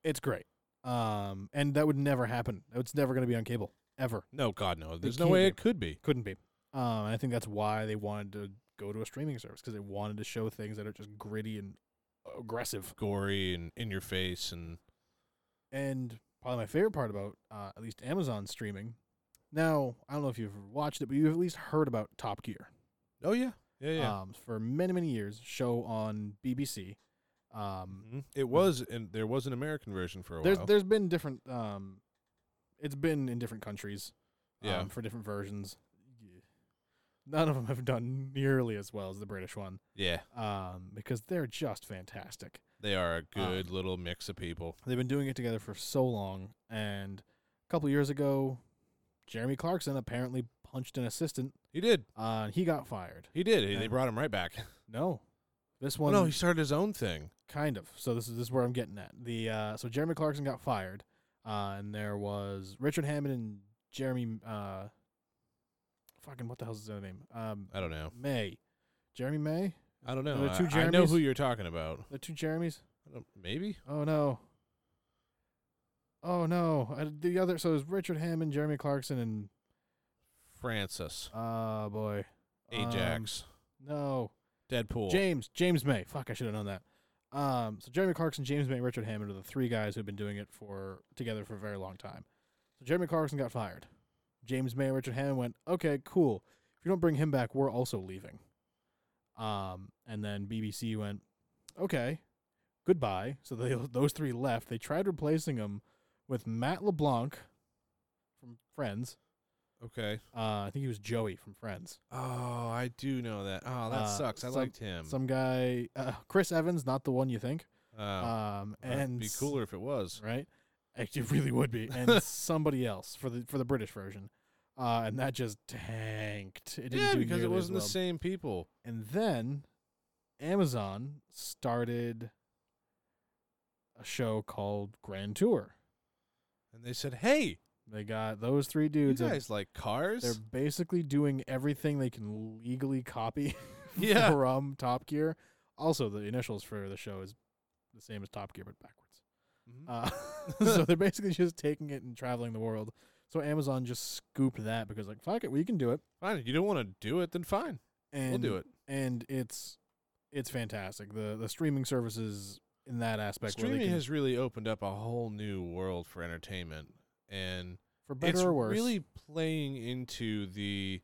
[SPEAKER 2] it's great. Um, and that would never happen. It's never going to be on cable ever.
[SPEAKER 1] No, God, no. There's
[SPEAKER 2] They
[SPEAKER 1] no way
[SPEAKER 2] can't
[SPEAKER 1] it could be.
[SPEAKER 2] Couldn't be. Um, and I think that's why they wanted to go to a streaming service because they wanted to show things that are just gritty and aggressive.
[SPEAKER 1] Gory and in your face, and
[SPEAKER 2] And probably my favorite part about uh, at least Amazon streaming. Now I don't know if you've ever watched it, but you've at least heard about Top Gear.
[SPEAKER 1] oh yeah, yeah, yeah.
[SPEAKER 2] Um, for many many years, show on BBC. Um,
[SPEAKER 1] Mhm. It was, and there was an American version for a
[SPEAKER 2] there's
[SPEAKER 1] while.
[SPEAKER 2] there's been different. Um, it's been in different countries.
[SPEAKER 1] yeah,
[SPEAKER 2] um, for different versions. None of them have done nearly as well as the British one,
[SPEAKER 1] yeah.
[SPEAKER 2] um, because they're just fantastic.
[SPEAKER 1] They are
[SPEAKER 2] Uh,
[SPEAKER 1] a good little mix of people.
[SPEAKER 2] They've been doing it together for so long, and a couple years ago, Jeremy Clarkson apparently punched an assistant,
[SPEAKER 1] He did.
[SPEAKER 2] uh, and he got fired.
[SPEAKER 1] He did. He-
[SPEAKER 2] Yeah.
[SPEAKER 1] They brought him right back.
[SPEAKER 2] No, this
[SPEAKER 1] Oh
[SPEAKER 2] one
[SPEAKER 1] no, he started his own thing.
[SPEAKER 2] kind of. So this is this is where I'm getting at. The uh, so Jeremy Clarkson got fired, uh, and there was Richard Hammond and Jeremy. Uh, fucking what the hell's his other name? Um,
[SPEAKER 1] I don't know.
[SPEAKER 2] May. Jeremy May?
[SPEAKER 1] I don't
[SPEAKER 2] Are
[SPEAKER 1] know.
[SPEAKER 2] there two
[SPEAKER 1] I, I know
[SPEAKER 2] Jeremies?
[SPEAKER 1] who you're talking about.
[SPEAKER 2] The two Jeremies?
[SPEAKER 1] I don't- Maybe.
[SPEAKER 2] Oh no. Oh no. Uh, the other so it was Richard Hammond, Jeremy Clarkson and
[SPEAKER 1] Francis,
[SPEAKER 2] uh boy. Um,
[SPEAKER 1] Ajax,
[SPEAKER 2] no.
[SPEAKER 1] Deadpool.
[SPEAKER 2] James, James May. Fuck, I should have known that. Um so Jeremy Clarkson, James May, and Richard Hammond are the three guys who've been doing it for together for a very long time. So Jeremy Clarkson got fired. James May and Richard Hammond went, "Okay, cool. If you don't bring him back, we're also leaving." Um and then BBC went, okay, goodbye. So they, those three left. They tried replacing him with Matt LeBlanc from Friends.
[SPEAKER 1] okay.
[SPEAKER 2] Uh, I think he was Joey from Friends.
[SPEAKER 1] Oh, I do know that. Oh, that
[SPEAKER 2] Uh,
[SPEAKER 1] sucks. I
[SPEAKER 2] some-
[SPEAKER 1] liked him.
[SPEAKER 2] Some guy, uh, Chris Evans, not the one you think.
[SPEAKER 1] oh,
[SPEAKER 2] um,
[SPEAKER 1] that'd
[SPEAKER 2] and
[SPEAKER 1] be cooler if it was.
[SPEAKER 2] right? Actually, it really would be. And somebody else for the for the British version. Uh, and that just tanked. It didn't
[SPEAKER 1] Yeah,
[SPEAKER 2] do
[SPEAKER 1] because
[SPEAKER 2] nearly
[SPEAKER 1] it
[SPEAKER 2] as
[SPEAKER 1] wasn't
[SPEAKER 2] well.
[SPEAKER 1] the same people.
[SPEAKER 2] And then Amazon started a show called Grand Tour.
[SPEAKER 1] And they said, "Hey,
[SPEAKER 2] They got those three
[SPEAKER 1] you
[SPEAKER 2] dudes. and
[SPEAKER 1] guys like
[SPEAKER 2] They're
[SPEAKER 1] cars?
[SPEAKER 2] basically doing everything they can legally copy
[SPEAKER 1] Yeah.
[SPEAKER 2] from Top Gear. Also, the initials for the show is the same as Top Gear, but backwards.
[SPEAKER 1] Mhm.
[SPEAKER 2] Uh, so they're basically just taking it and traveling the world. So Amazon just scooped that because, like, fuck it, we can do it.
[SPEAKER 1] Fine. You don't want to do it, then fine.
[SPEAKER 2] And
[SPEAKER 1] We'll do it.
[SPEAKER 2] And it's it's fantastic. The the streaming services in that aspect, where they
[SPEAKER 1] Streaming
[SPEAKER 2] can-
[SPEAKER 1] has really opened up a whole new world for entertainment, and
[SPEAKER 2] for better
[SPEAKER 1] it's
[SPEAKER 2] or worse,
[SPEAKER 1] really playing into the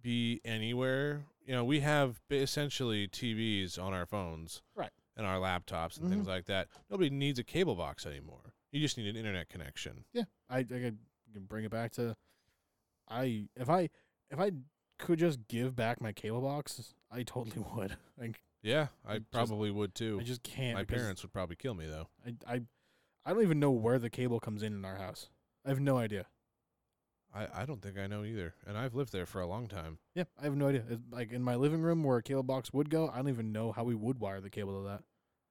[SPEAKER 1] be anywhere. You know, we have ba- essentially TVs on our phones,
[SPEAKER 2] Right. Mm-hmm.
[SPEAKER 1] and our laptops and things like that. Nobody needs a cable box anymore. You just need an internet connection.
[SPEAKER 2] Yeah, I I could you can bring it back to I if I if I could just give back my cable box, I totally would. Like
[SPEAKER 1] Yeah, I
[SPEAKER 2] You just-
[SPEAKER 1] probably would too.
[SPEAKER 2] I just can't.
[SPEAKER 1] My
[SPEAKER 2] because
[SPEAKER 1] parents would probably kill me though.
[SPEAKER 2] I I I don't even know where the cable comes in in our house. I have no idea.
[SPEAKER 1] I, I don't think I know either, and I've lived there for a long time.
[SPEAKER 2] Yeah, I have no idea. It's like in my living room where a cable box would go, I don't even know how we would wire the cable to that.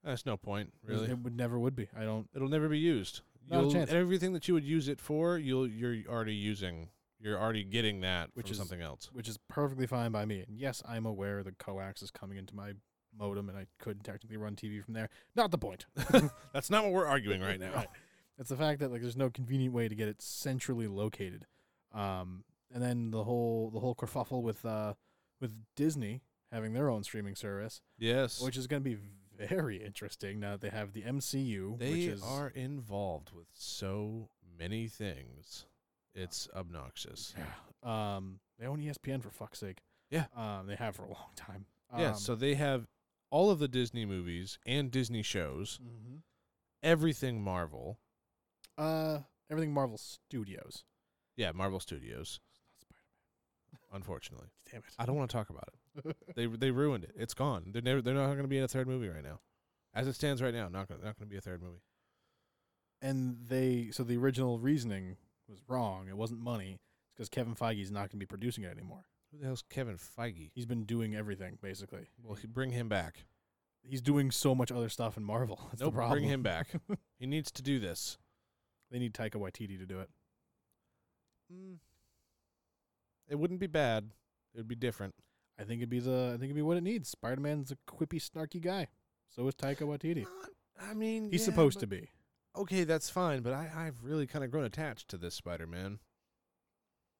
[SPEAKER 1] That's no point,
[SPEAKER 2] There's-
[SPEAKER 1] really.
[SPEAKER 2] it would never would be. I don't.
[SPEAKER 1] It'll never be used.
[SPEAKER 2] Not a
[SPEAKER 1] You'll-
[SPEAKER 2] chance.
[SPEAKER 1] Everything that you would use it for, you'll you're already using. You're already getting that,
[SPEAKER 2] Which
[SPEAKER 1] from
[SPEAKER 2] is-
[SPEAKER 1] something else.
[SPEAKER 2] Which is perfectly fine by me. And yes, I'm aware the coax is coming into my modem, and I could technically run TV from there. Not the point.
[SPEAKER 1] That's not what we're arguing right now.
[SPEAKER 2] Right. It's the fact that like there's no convenient way to get it centrally located. Um, and then the whole the whole kerfuffle with uh with Disney having their own streaming service,
[SPEAKER 1] Yes.
[SPEAKER 2] which is going to be very interesting now that they have the MCU, which
[SPEAKER 1] they
[SPEAKER 2] is
[SPEAKER 1] are involved with so many things. It's obnoxious.
[SPEAKER 2] yeah, um they own ESPN for fuck's sake.
[SPEAKER 1] Yeah.
[SPEAKER 2] Um, they have for a long time.
[SPEAKER 1] yeah,
[SPEAKER 2] Um,
[SPEAKER 1] so they have all of the Disney movies and Disney shows,
[SPEAKER 2] mhm.
[SPEAKER 1] everything Marvel.
[SPEAKER 2] uh, everything Marvel Studios.
[SPEAKER 1] Yeah, Marvel Studios, unfortunately.
[SPEAKER 2] Damn it.
[SPEAKER 1] I don't want to talk about it. They they ruined it. It's gone. They're never they're not going to be in a third movie right now. As it stands right now, not gonna, not going to be a third movie.
[SPEAKER 2] and they so the original reasoning was wrong. It wasn't money. It's because Kevin Feige's not going to be producing it anymore.
[SPEAKER 1] Who the hell's Kevin Feige?
[SPEAKER 2] He's been doing everything basically.
[SPEAKER 1] Well, he, bring him back.
[SPEAKER 2] He's doing so much other stuff in Marvel. That's
[SPEAKER 1] nope,
[SPEAKER 2] the problem.
[SPEAKER 1] bring him back. he needs to do this.
[SPEAKER 2] They need Taika Waititi to do it.
[SPEAKER 1] Mm. It wouldn't be bad. It would be different.
[SPEAKER 2] I think it'd be the I think it'd be what it needs. Spider Man's a quippy, snarky guy. So is Taika Waititi.
[SPEAKER 1] I mean,
[SPEAKER 2] He's supposed to be.
[SPEAKER 1] Okay, that's fine, but I, I've really kind of grown attached to this Spider-Man.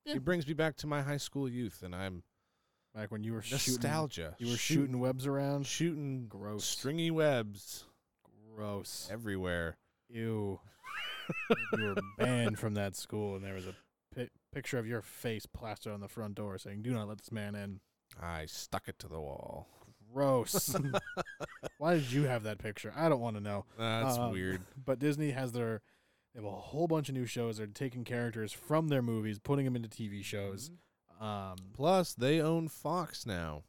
[SPEAKER 2] Yeah.
[SPEAKER 1] He brings me back to my high school youth, and I'm
[SPEAKER 2] Back when you were shooting,
[SPEAKER 1] nostalgia.
[SPEAKER 2] you were shooting webs
[SPEAKER 1] shooting,
[SPEAKER 2] around.
[SPEAKER 1] shooting
[SPEAKER 2] Gross.
[SPEAKER 1] stringy webs
[SPEAKER 2] Gross.
[SPEAKER 1] everywhere.
[SPEAKER 2] Ew. you were banned from that school, and there was a pi- picture of your face plastered on the front door saying, "Do not let this man in."
[SPEAKER 1] I stuck it to the wall.
[SPEAKER 2] Gross. Why did you have that picture? I don't want to know.
[SPEAKER 1] That's
[SPEAKER 2] Um,
[SPEAKER 1] weird.
[SPEAKER 2] But Disney has their they have a whole bunch of new shows. They're taking characters from their movies, putting them into TV shows. Um,
[SPEAKER 1] Plus, they own Fox now,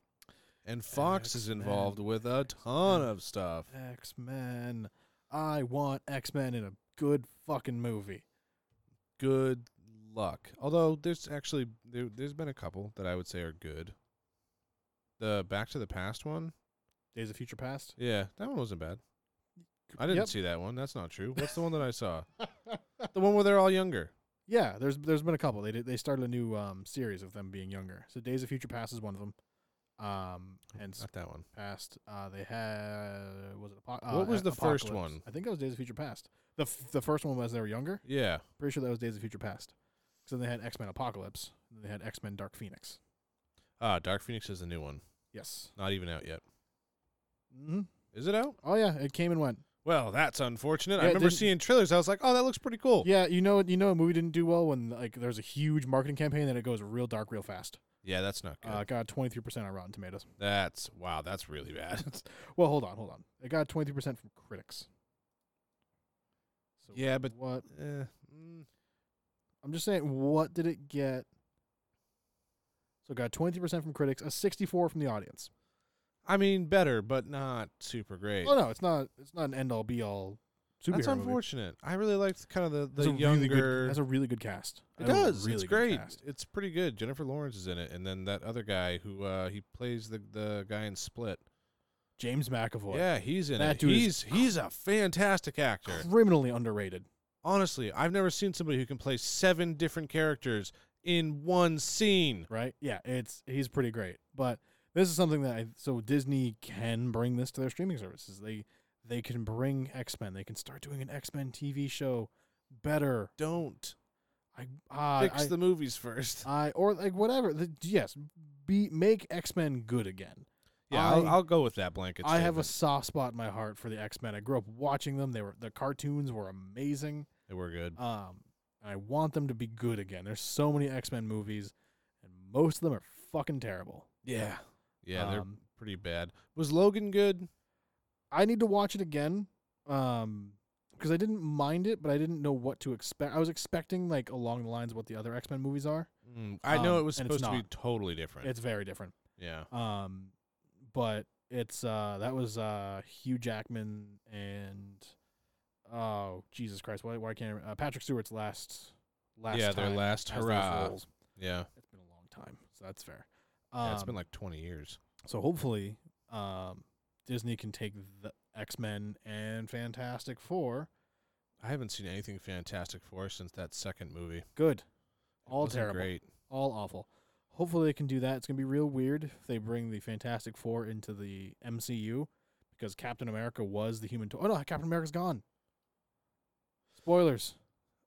[SPEAKER 1] and Fox is
[SPEAKER 2] X-Men,
[SPEAKER 1] involved with a ton of stuff.
[SPEAKER 2] X Men. I want X Men in a good fucking movie.
[SPEAKER 1] Good luck. Although there's actually there, there's been a couple that I would say are good. The Back to the Past one,
[SPEAKER 2] Days of Future Past.
[SPEAKER 1] yeah, that one wasn't bad. I didn't
[SPEAKER 2] Yep.
[SPEAKER 1] see that one. That's not true. What's the one that I saw? the one where they're all younger.
[SPEAKER 2] Yeah, there's there's been a couple. They did, they started a new um, series of them being younger. So Days of Future Past is one of them. Um, and
[SPEAKER 1] Not that one.
[SPEAKER 2] past uh, they had was it Apo- uh,
[SPEAKER 1] What was
[SPEAKER 2] A-
[SPEAKER 1] the first
[SPEAKER 2] Apocalypse.
[SPEAKER 1] one?
[SPEAKER 2] I think it was Days of Future Past. the f- The first one was they were younger.
[SPEAKER 1] Yeah,
[SPEAKER 2] Pretty sure that was Days of Future Past. So then they had X Men Apocalypse. And then they had X Men Dark Phoenix.
[SPEAKER 1] ah, Dark Phoenix is the new one.
[SPEAKER 2] Yes.
[SPEAKER 1] Not even out yet.
[SPEAKER 2] Mm-hmm.
[SPEAKER 1] Is it out?
[SPEAKER 2] Oh yeah, it came and went.
[SPEAKER 1] Well, that's unfortunate.
[SPEAKER 2] Yeah,
[SPEAKER 1] I
[SPEAKER 2] it
[SPEAKER 1] remember
[SPEAKER 2] didn't-
[SPEAKER 1] seeing trailers. I was like, oh, that looks pretty cool.
[SPEAKER 2] Yeah, you know you know a movie didn't do well when like there's a huge marketing campaign that it goes real dark real fast.
[SPEAKER 1] Yeah, that's not good.
[SPEAKER 2] Uh, it got twenty three percent on Rotten Tomatoes.
[SPEAKER 1] that's wow. That's really bad.
[SPEAKER 2] Well, hold on, hold on. It got twenty three percent from critics. So
[SPEAKER 1] Yeah, but-
[SPEAKER 2] what?
[SPEAKER 1] Eh, mm,
[SPEAKER 2] I'm just saying, what did it get? So it got 23% from critics, a 64 from the audience.
[SPEAKER 1] I mean, better, but not super great.
[SPEAKER 2] Oh no, it's not. It's not an end all be all. Superhero
[SPEAKER 1] that's
[SPEAKER 2] movie.
[SPEAKER 1] unfortunate. I really liked kind of the
[SPEAKER 2] Has
[SPEAKER 1] the
[SPEAKER 2] a
[SPEAKER 1] younger.
[SPEAKER 2] Really good, has a really good cast.
[SPEAKER 1] it
[SPEAKER 2] Has a
[SPEAKER 1] does.
[SPEAKER 2] really
[SPEAKER 1] it's
[SPEAKER 2] good
[SPEAKER 1] great.
[SPEAKER 2] cast.
[SPEAKER 1] It's pretty good. Jennifer Lawrence is in it, and then that other guy who uh, he plays the the guy in Split.
[SPEAKER 2] James McAvoy.
[SPEAKER 1] Yeah, he's in
[SPEAKER 2] That
[SPEAKER 1] it.
[SPEAKER 2] dude
[SPEAKER 1] he's
[SPEAKER 2] is-
[SPEAKER 1] he's a fantastic actor.
[SPEAKER 2] Criminally underrated.
[SPEAKER 1] Honestly, I've never seen somebody who can play seven different characters in one scene.
[SPEAKER 2] Right? Yeah. It's he's pretty great. But this is something that I, so Disney can bring this to their streaming services. They they can bring X Men. They can start doing an X Men TV show better.
[SPEAKER 1] Don't
[SPEAKER 2] I ah,
[SPEAKER 1] fix
[SPEAKER 2] I,
[SPEAKER 1] the movies first.
[SPEAKER 2] I or like whatever. The, yes, be make X Men good again.
[SPEAKER 1] yeah, I, will
[SPEAKER 2] I-
[SPEAKER 1] I'll go with that blanket.
[SPEAKER 2] I have a
[SPEAKER 1] statement.
[SPEAKER 2] soft spot in my heart for the X Men. I grew up watching them. They were the cartoons were amazing.
[SPEAKER 1] They were good.
[SPEAKER 2] Um, and I want them to be good again. There's so many X Men movies, and most of them are fucking terrible.
[SPEAKER 1] Yeah, yeah, they're
[SPEAKER 2] Um,
[SPEAKER 1] pretty bad. Was Logan good?
[SPEAKER 2] I need to watch it again. Um, because I didn't mind it, but I didn't know what to expect. I was expecting like along the lines of what the other X Men movies are.
[SPEAKER 1] Mm, I know
[SPEAKER 2] Um,
[SPEAKER 1] it was
[SPEAKER 2] and it's
[SPEAKER 1] supposed to be
[SPEAKER 2] not.
[SPEAKER 1] totally different.
[SPEAKER 2] It's very different.
[SPEAKER 1] yeah.
[SPEAKER 2] Um, but it's uh that was uh Hugh Jackman and oh Jesus Christ, why why can't I, uh, Patrick Stewart's last last
[SPEAKER 1] Yeah, their
[SPEAKER 2] time
[SPEAKER 1] last
[SPEAKER 2] as those
[SPEAKER 1] hurrah.
[SPEAKER 2] roles.
[SPEAKER 1] Yeah.
[SPEAKER 2] It's been a long time, so that's fair. Um,
[SPEAKER 1] Yeah, It's been like 20 years.
[SPEAKER 2] so hopefully, um, Disney can take the X Men and Fantastic Four.
[SPEAKER 1] I haven't seen anything Fantastic Four since that second movie. It
[SPEAKER 2] Good, all
[SPEAKER 1] wasn't
[SPEAKER 2] terrible,
[SPEAKER 1] Great.
[SPEAKER 2] all awful. Hopefully they can do that. It's gonna be real weird if they bring the Fantastic Four into the MCU because Captain America was the human. To- oh no, Captain America's gone. Spoilers.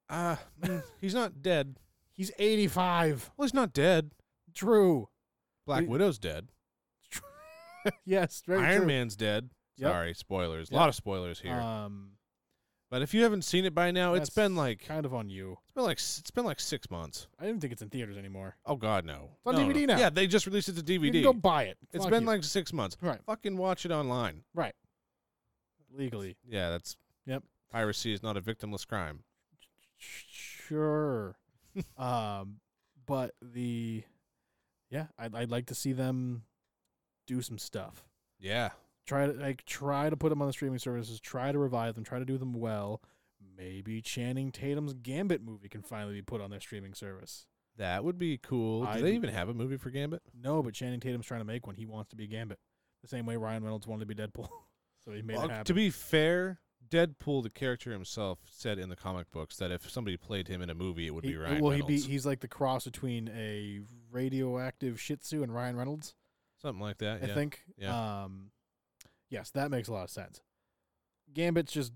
[SPEAKER 1] Ah, mm, he's not dead.
[SPEAKER 2] He's eighty-five.
[SPEAKER 1] Well, he's not dead.
[SPEAKER 2] True.
[SPEAKER 1] Black
[SPEAKER 2] We-
[SPEAKER 1] Widow's dead.
[SPEAKER 2] yes, very
[SPEAKER 1] Iron
[SPEAKER 2] true.
[SPEAKER 1] Man's dead.
[SPEAKER 2] Yep.
[SPEAKER 1] Sorry, spoilers. A
[SPEAKER 2] Yep.
[SPEAKER 1] lot of spoilers here.
[SPEAKER 2] Um,
[SPEAKER 1] but if you haven't seen it by now, it's
[SPEAKER 2] that's
[SPEAKER 1] been like
[SPEAKER 2] kind of on you.
[SPEAKER 1] it's been like s- it's been like six months.
[SPEAKER 2] I don't think it's in theaters anymore.
[SPEAKER 1] Oh God, no.
[SPEAKER 2] It's on
[SPEAKER 1] No, no,
[SPEAKER 2] DVD
[SPEAKER 1] no.
[SPEAKER 2] now.
[SPEAKER 1] Yeah, they just released it to
[SPEAKER 2] You
[SPEAKER 1] DVD.
[SPEAKER 2] can go buy it.
[SPEAKER 1] It's
[SPEAKER 2] Fuck
[SPEAKER 1] been
[SPEAKER 2] you.
[SPEAKER 1] like six months.
[SPEAKER 2] right
[SPEAKER 1] Fucking watch it online.
[SPEAKER 2] legally.
[SPEAKER 1] Yeah, that's
[SPEAKER 2] Yep.
[SPEAKER 1] Piracy is not a victimless crime.
[SPEAKER 2] Sure. um, but the yeah, I'd I'd like to see them do some stuff.
[SPEAKER 1] Yeah.
[SPEAKER 2] try to like try to put them on the streaming services try to revive them try to do them well maybe Channing Tatum's Gambit movie can finally be put on their streaming service.
[SPEAKER 1] That would be cool. Do
[SPEAKER 2] I'd
[SPEAKER 1] they
[SPEAKER 2] be-
[SPEAKER 1] even have a movie for Gambit?
[SPEAKER 2] No, but Channing Tatum's trying to make one. He wants to be Gambit, the same way Ryan Reynolds wanted to be Deadpool. so he made
[SPEAKER 1] Well,
[SPEAKER 2] it happen.
[SPEAKER 1] to be fair, Deadpool, the character himself, said in the comic books that if somebody played him in a movie, it would
[SPEAKER 2] He-
[SPEAKER 1] be Ryan
[SPEAKER 2] well,
[SPEAKER 1] Reynolds.
[SPEAKER 2] he be, he's like the cross between a radioactive Shih Tzu and Ryan Reynolds,
[SPEAKER 1] Something like that.
[SPEAKER 2] I
[SPEAKER 1] yeah.
[SPEAKER 2] think.
[SPEAKER 1] Yeah.
[SPEAKER 2] Um, yes, that makes a lot of sense. Gambit's just.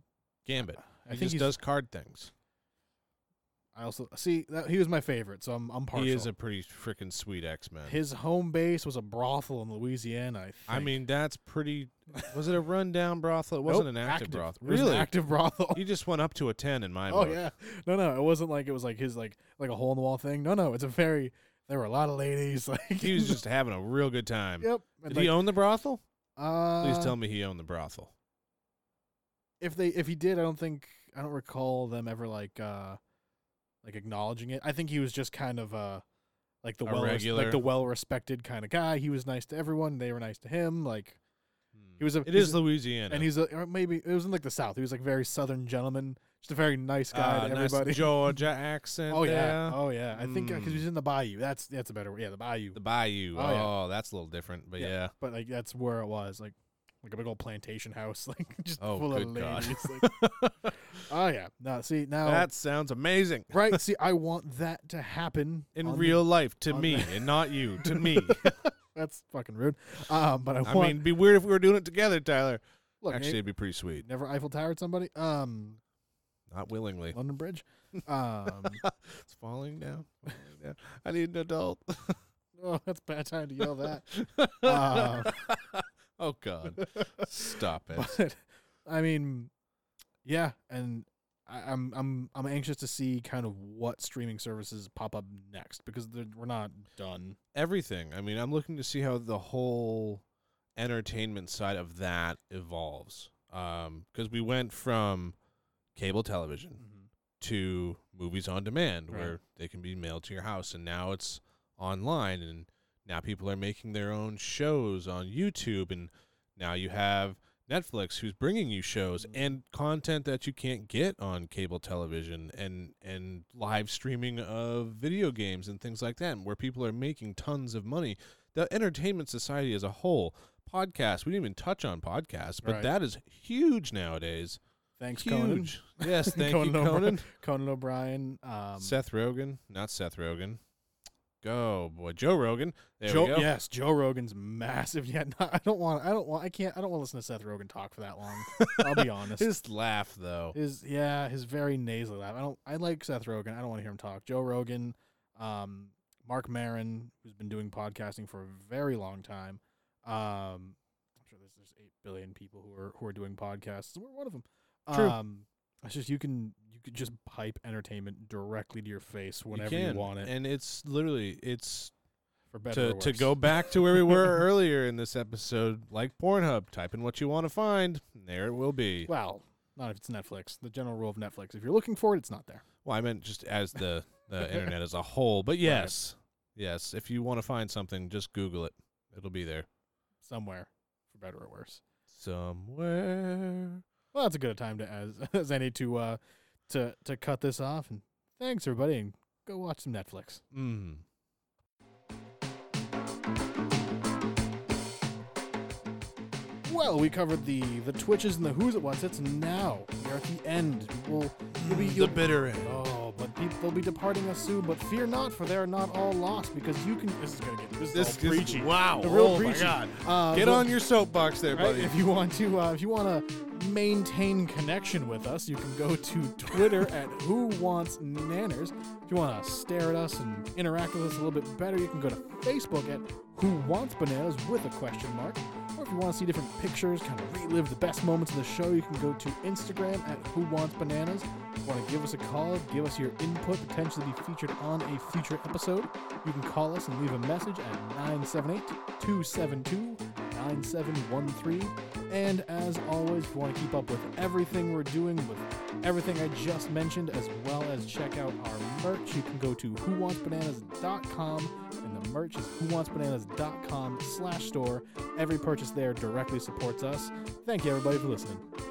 [SPEAKER 1] Gambit. He
[SPEAKER 2] I think
[SPEAKER 1] just
[SPEAKER 2] he's-
[SPEAKER 1] does card things.
[SPEAKER 2] I also see that he was my favorite, so I'm I'm partial.
[SPEAKER 1] He is a pretty freaking sweet X Man.
[SPEAKER 2] His home base was a brothel in Louisiana. I, think.
[SPEAKER 1] I mean, that's pretty. Was it a rundown brothel? It wasn't
[SPEAKER 2] Nope,
[SPEAKER 1] an active, brothel.
[SPEAKER 2] It was an
[SPEAKER 1] Really?
[SPEAKER 2] active brothel.
[SPEAKER 1] You just went up to a ten in my
[SPEAKER 2] oh
[SPEAKER 1] book.
[SPEAKER 2] yeah, no, no, it wasn't like it was like his like like a hole in the wall thing. No, no, it's a very there were a lot of ladies. Like
[SPEAKER 1] He was just having a real good time.
[SPEAKER 2] yep.
[SPEAKER 1] Did he own the brothel?
[SPEAKER 2] uh,
[SPEAKER 1] Please tell me he owned the brothel.
[SPEAKER 2] if they if he did, I don't think I don't recall them ever like uh like acknowledging it. I think he was just kind of uh like the
[SPEAKER 1] A
[SPEAKER 2] well
[SPEAKER 1] regular.
[SPEAKER 2] like the well respected kind of guy. He was nice to everyone. They were nice to him. Like he was a
[SPEAKER 1] It
[SPEAKER 2] he's
[SPEAKER 1] is
[SPEAKER 2] a-
[SPEAKER 1] Louisiana.
[SPEAKER 2] and he's a or maybe it was in like the South. He was like very Southern gentleman, just a very nice guy
[SPEAKER 1] Uh,
[SPEAKER 2] to
[SPEAKER 1] nice
[SPEAKER 2] everybody.
[SPEAKER 1] Georgia accent.
[SPEAKER 2] oh yeah,
[SPEAKER 1] there.
[SPEAKER 2] oh yeah. I think because
[SPEAKER 1] Mm.
[SPEAKER 2] he was in the Bayou. That's that's a better word. Yeah, the Bayou.
[SPEAKER 1] The Bayou.
[SPEAKER 2] Oh,
[SPEAKER 1] Oh,
[SPEAKER 2] yeah.
[SPEAKER 1] that's a little different, but
[SPEAKER 2] Yeah.
[SPEAKER 1] yeah.
[SPEAKER 2] but like that's where it was, like like a big old plantation house, like just
[SPEAKER 1] Oh,
[SPEAKER 2] full of
[SPEAKER 1] good God.
[SPEAKER 2] ladies. Like, oh yeah. No, see now
[SPEAKER 1] That sounds amazing.
[SPEAKER 2] right. See, I want that to happen
[SPEAKER 1] In
[SPEAKER 2] on the-
[SPEAKER 1] real life, to
[SPEAKER 2] on
[SPEAKER 1] me,
[SPEAKER 2] the-
[SPEAKER 1] and not you, to me.
[SPEAKER 2] that's fucking rude. Um, but I,
[SPEAKER 1] I
[SPEAKER 2] want.
[SPEAKER 1] mean, it'd be weird if we were doing it together, Tyler.
[SPEAKER 2] look,
[SPEAKER 1] Actually,
[SPEAKER 2] actually,
[SPEAKER 1] it'd be pretty sweet.
[SPEAKER 2] never Eiffel Towered somebody. Um,
[SPEAKER 1] Not willingly.
[SPEAKER 2] London Bridge. Um,
[SPEAKER 1] It's falling down. falling down. I need an adult.
[SPEAKER 2] oh, that's a bad time to yell that. Uh,
[SPEAKER 1] oh God! Stop it.
[SPEAKER 2] but I mean, yeah, and I, I'm I'm I'm anxious to see kind of what streaming services pop up next because they're- we're not done.
[SPEAKER 1] Everything. I mean, I'm looking to see how the whole entertainment side of that evolves. Um, because we went from cable television to movies on demand
[SPEAKER 2] Right.
[SPEAKER 1] where they can be mailed to your house and now it's online and now people are making their own shows on YouTube and now you have Netflix who's bringing you shows
[SPEAKER 2] Mhm.
[SPEAKER 1] and content that you can't get on cable television and and live streaming of video games and things like that where people are making tons of money the entertainment society as a whole podcasts we didn't even touch on podcasts but
[SPEAKER 2] Right.
[SPEAKER 1] that is huge nowadays
[SPEAKER 2] Thanks, Conan.
[SPEAKER 1] huge yes thank
[SPEAKER 2] Conan
[SPEAKER 1] you
[SPEAKER 2] O'Brien.
[SPEAKER 1] Conan
[SPEAKER 2] Conan O'Brien. Um,
[SPEAKER 1] Seth Rogen, not Seth Rogen. Go boy, Joe Rogan. There
[SPEAKER 2] Joe,
[SPEAKER 1] we go.
[SPEAKER 2] yes, Joe Rogan's massive. Yeah, no, I don't want. I don't want. I can't. I don't want to listen to Seth Rogan talk for that long. I'll be honest.
[SPEAKER 1] His laugh though.
[SPEAKER 2] His yeah, his very nasally laugh. I don't. I like Seth Rogen. I don't want to hear him talk. Joe Rogan, um, Mark Maron, who's been doing podcasting for a very long time. Um, I'm sure there's there's eight billion people who are who are doing podcasts. We're one of them.
[SPEAKER 1] True.
[SPEAKER 2] Um, it's just you can you could just pipe entertainment directly to your face whenever you,
[SPEAKER 1] can,
[SPEAKER 2] want it,
[SPEAKER 1] And it's literally it's
[SPEAKER 2] for better
[SPEAKER 1] to
[SPEAKER 2] or
[SPEAKER 1] to
[SPEAKER 2] worse.
[SPEAKER 1] go back to where we were earlier in this episode, like Pornhub, type in what you want to find. and There it will be.
[SPEAKER 2] Well, not if it's Netflix. The general rule of Netflix: if you're looking for it, it's not there.
[SPEAKER 1] Well, I meant just as the, the internet as a whole. But yes. Yes. If you want to find something, just Google it. It'll be there.
[SPEAKER 2] Somewhere, for better or worse.
[SPEAKER 1] Somewhere.
[SPEAKER 2] Well, that's a good a time to as as any to uh to to cut this off. And thanks everybody, and go watch some Netflix.
[SPEAKER 1] Mm.
[SPEAKER 2] Well, we covered the the Twitches and the Who's at What's. It's now we're at the end. We'll you'll be
[SPEAKER 1] The
[SPEAKER 2] you'll,
[SPEAKER 1] bitter end.
[SPEAKER 2] Oh, but people will be departing us soon. But fear not, for they are not all lost. Because you can. This is gonna get this,
[SPEAKER 1] This
[SPEAKER 2] is
[SPEAKER 1] is
[SPEAKER 2] all preachy.
[SPEAKER 1] Wow.
[SPEAKER 2] The real
[SPEAKER 1] oh
[SPEAKER 2] preachy.
[SPEAKER 1] my God.
[SPEAKER 2] Uh,
[SPEAKER 1] Get
[SPEAKER 2] so-
[SPEAKER 1] on your soapbox there,
[SPEAKER 2] Right,
[SPEAKER 1] buddy.
[SPEAKER 2] If you want to, uh, if you want to maintain connection with us, you can go to Twitter at Who Wants Nanners. If you want to stare at us and interact with us a little bit better, you can go to Facebook at Who Wants Bananas with a question mark. Or if you want to see different pictures, kind of relive the best moments of the show, you can go to Instagram at Who Wants Bananas. If you want to give us a call, give us your input, potentially be featured on a future episode. You can call us and leave a message at 978 272 9713. And as always, if you want to keep up with everything we're doing, with everything I just mentioned, as well as check out our merch, you can go to whowantsbananas.com. And the merch is whowantsbananas.com slash store. Every purchase there directly supports us. Thank you, everybody, for listening.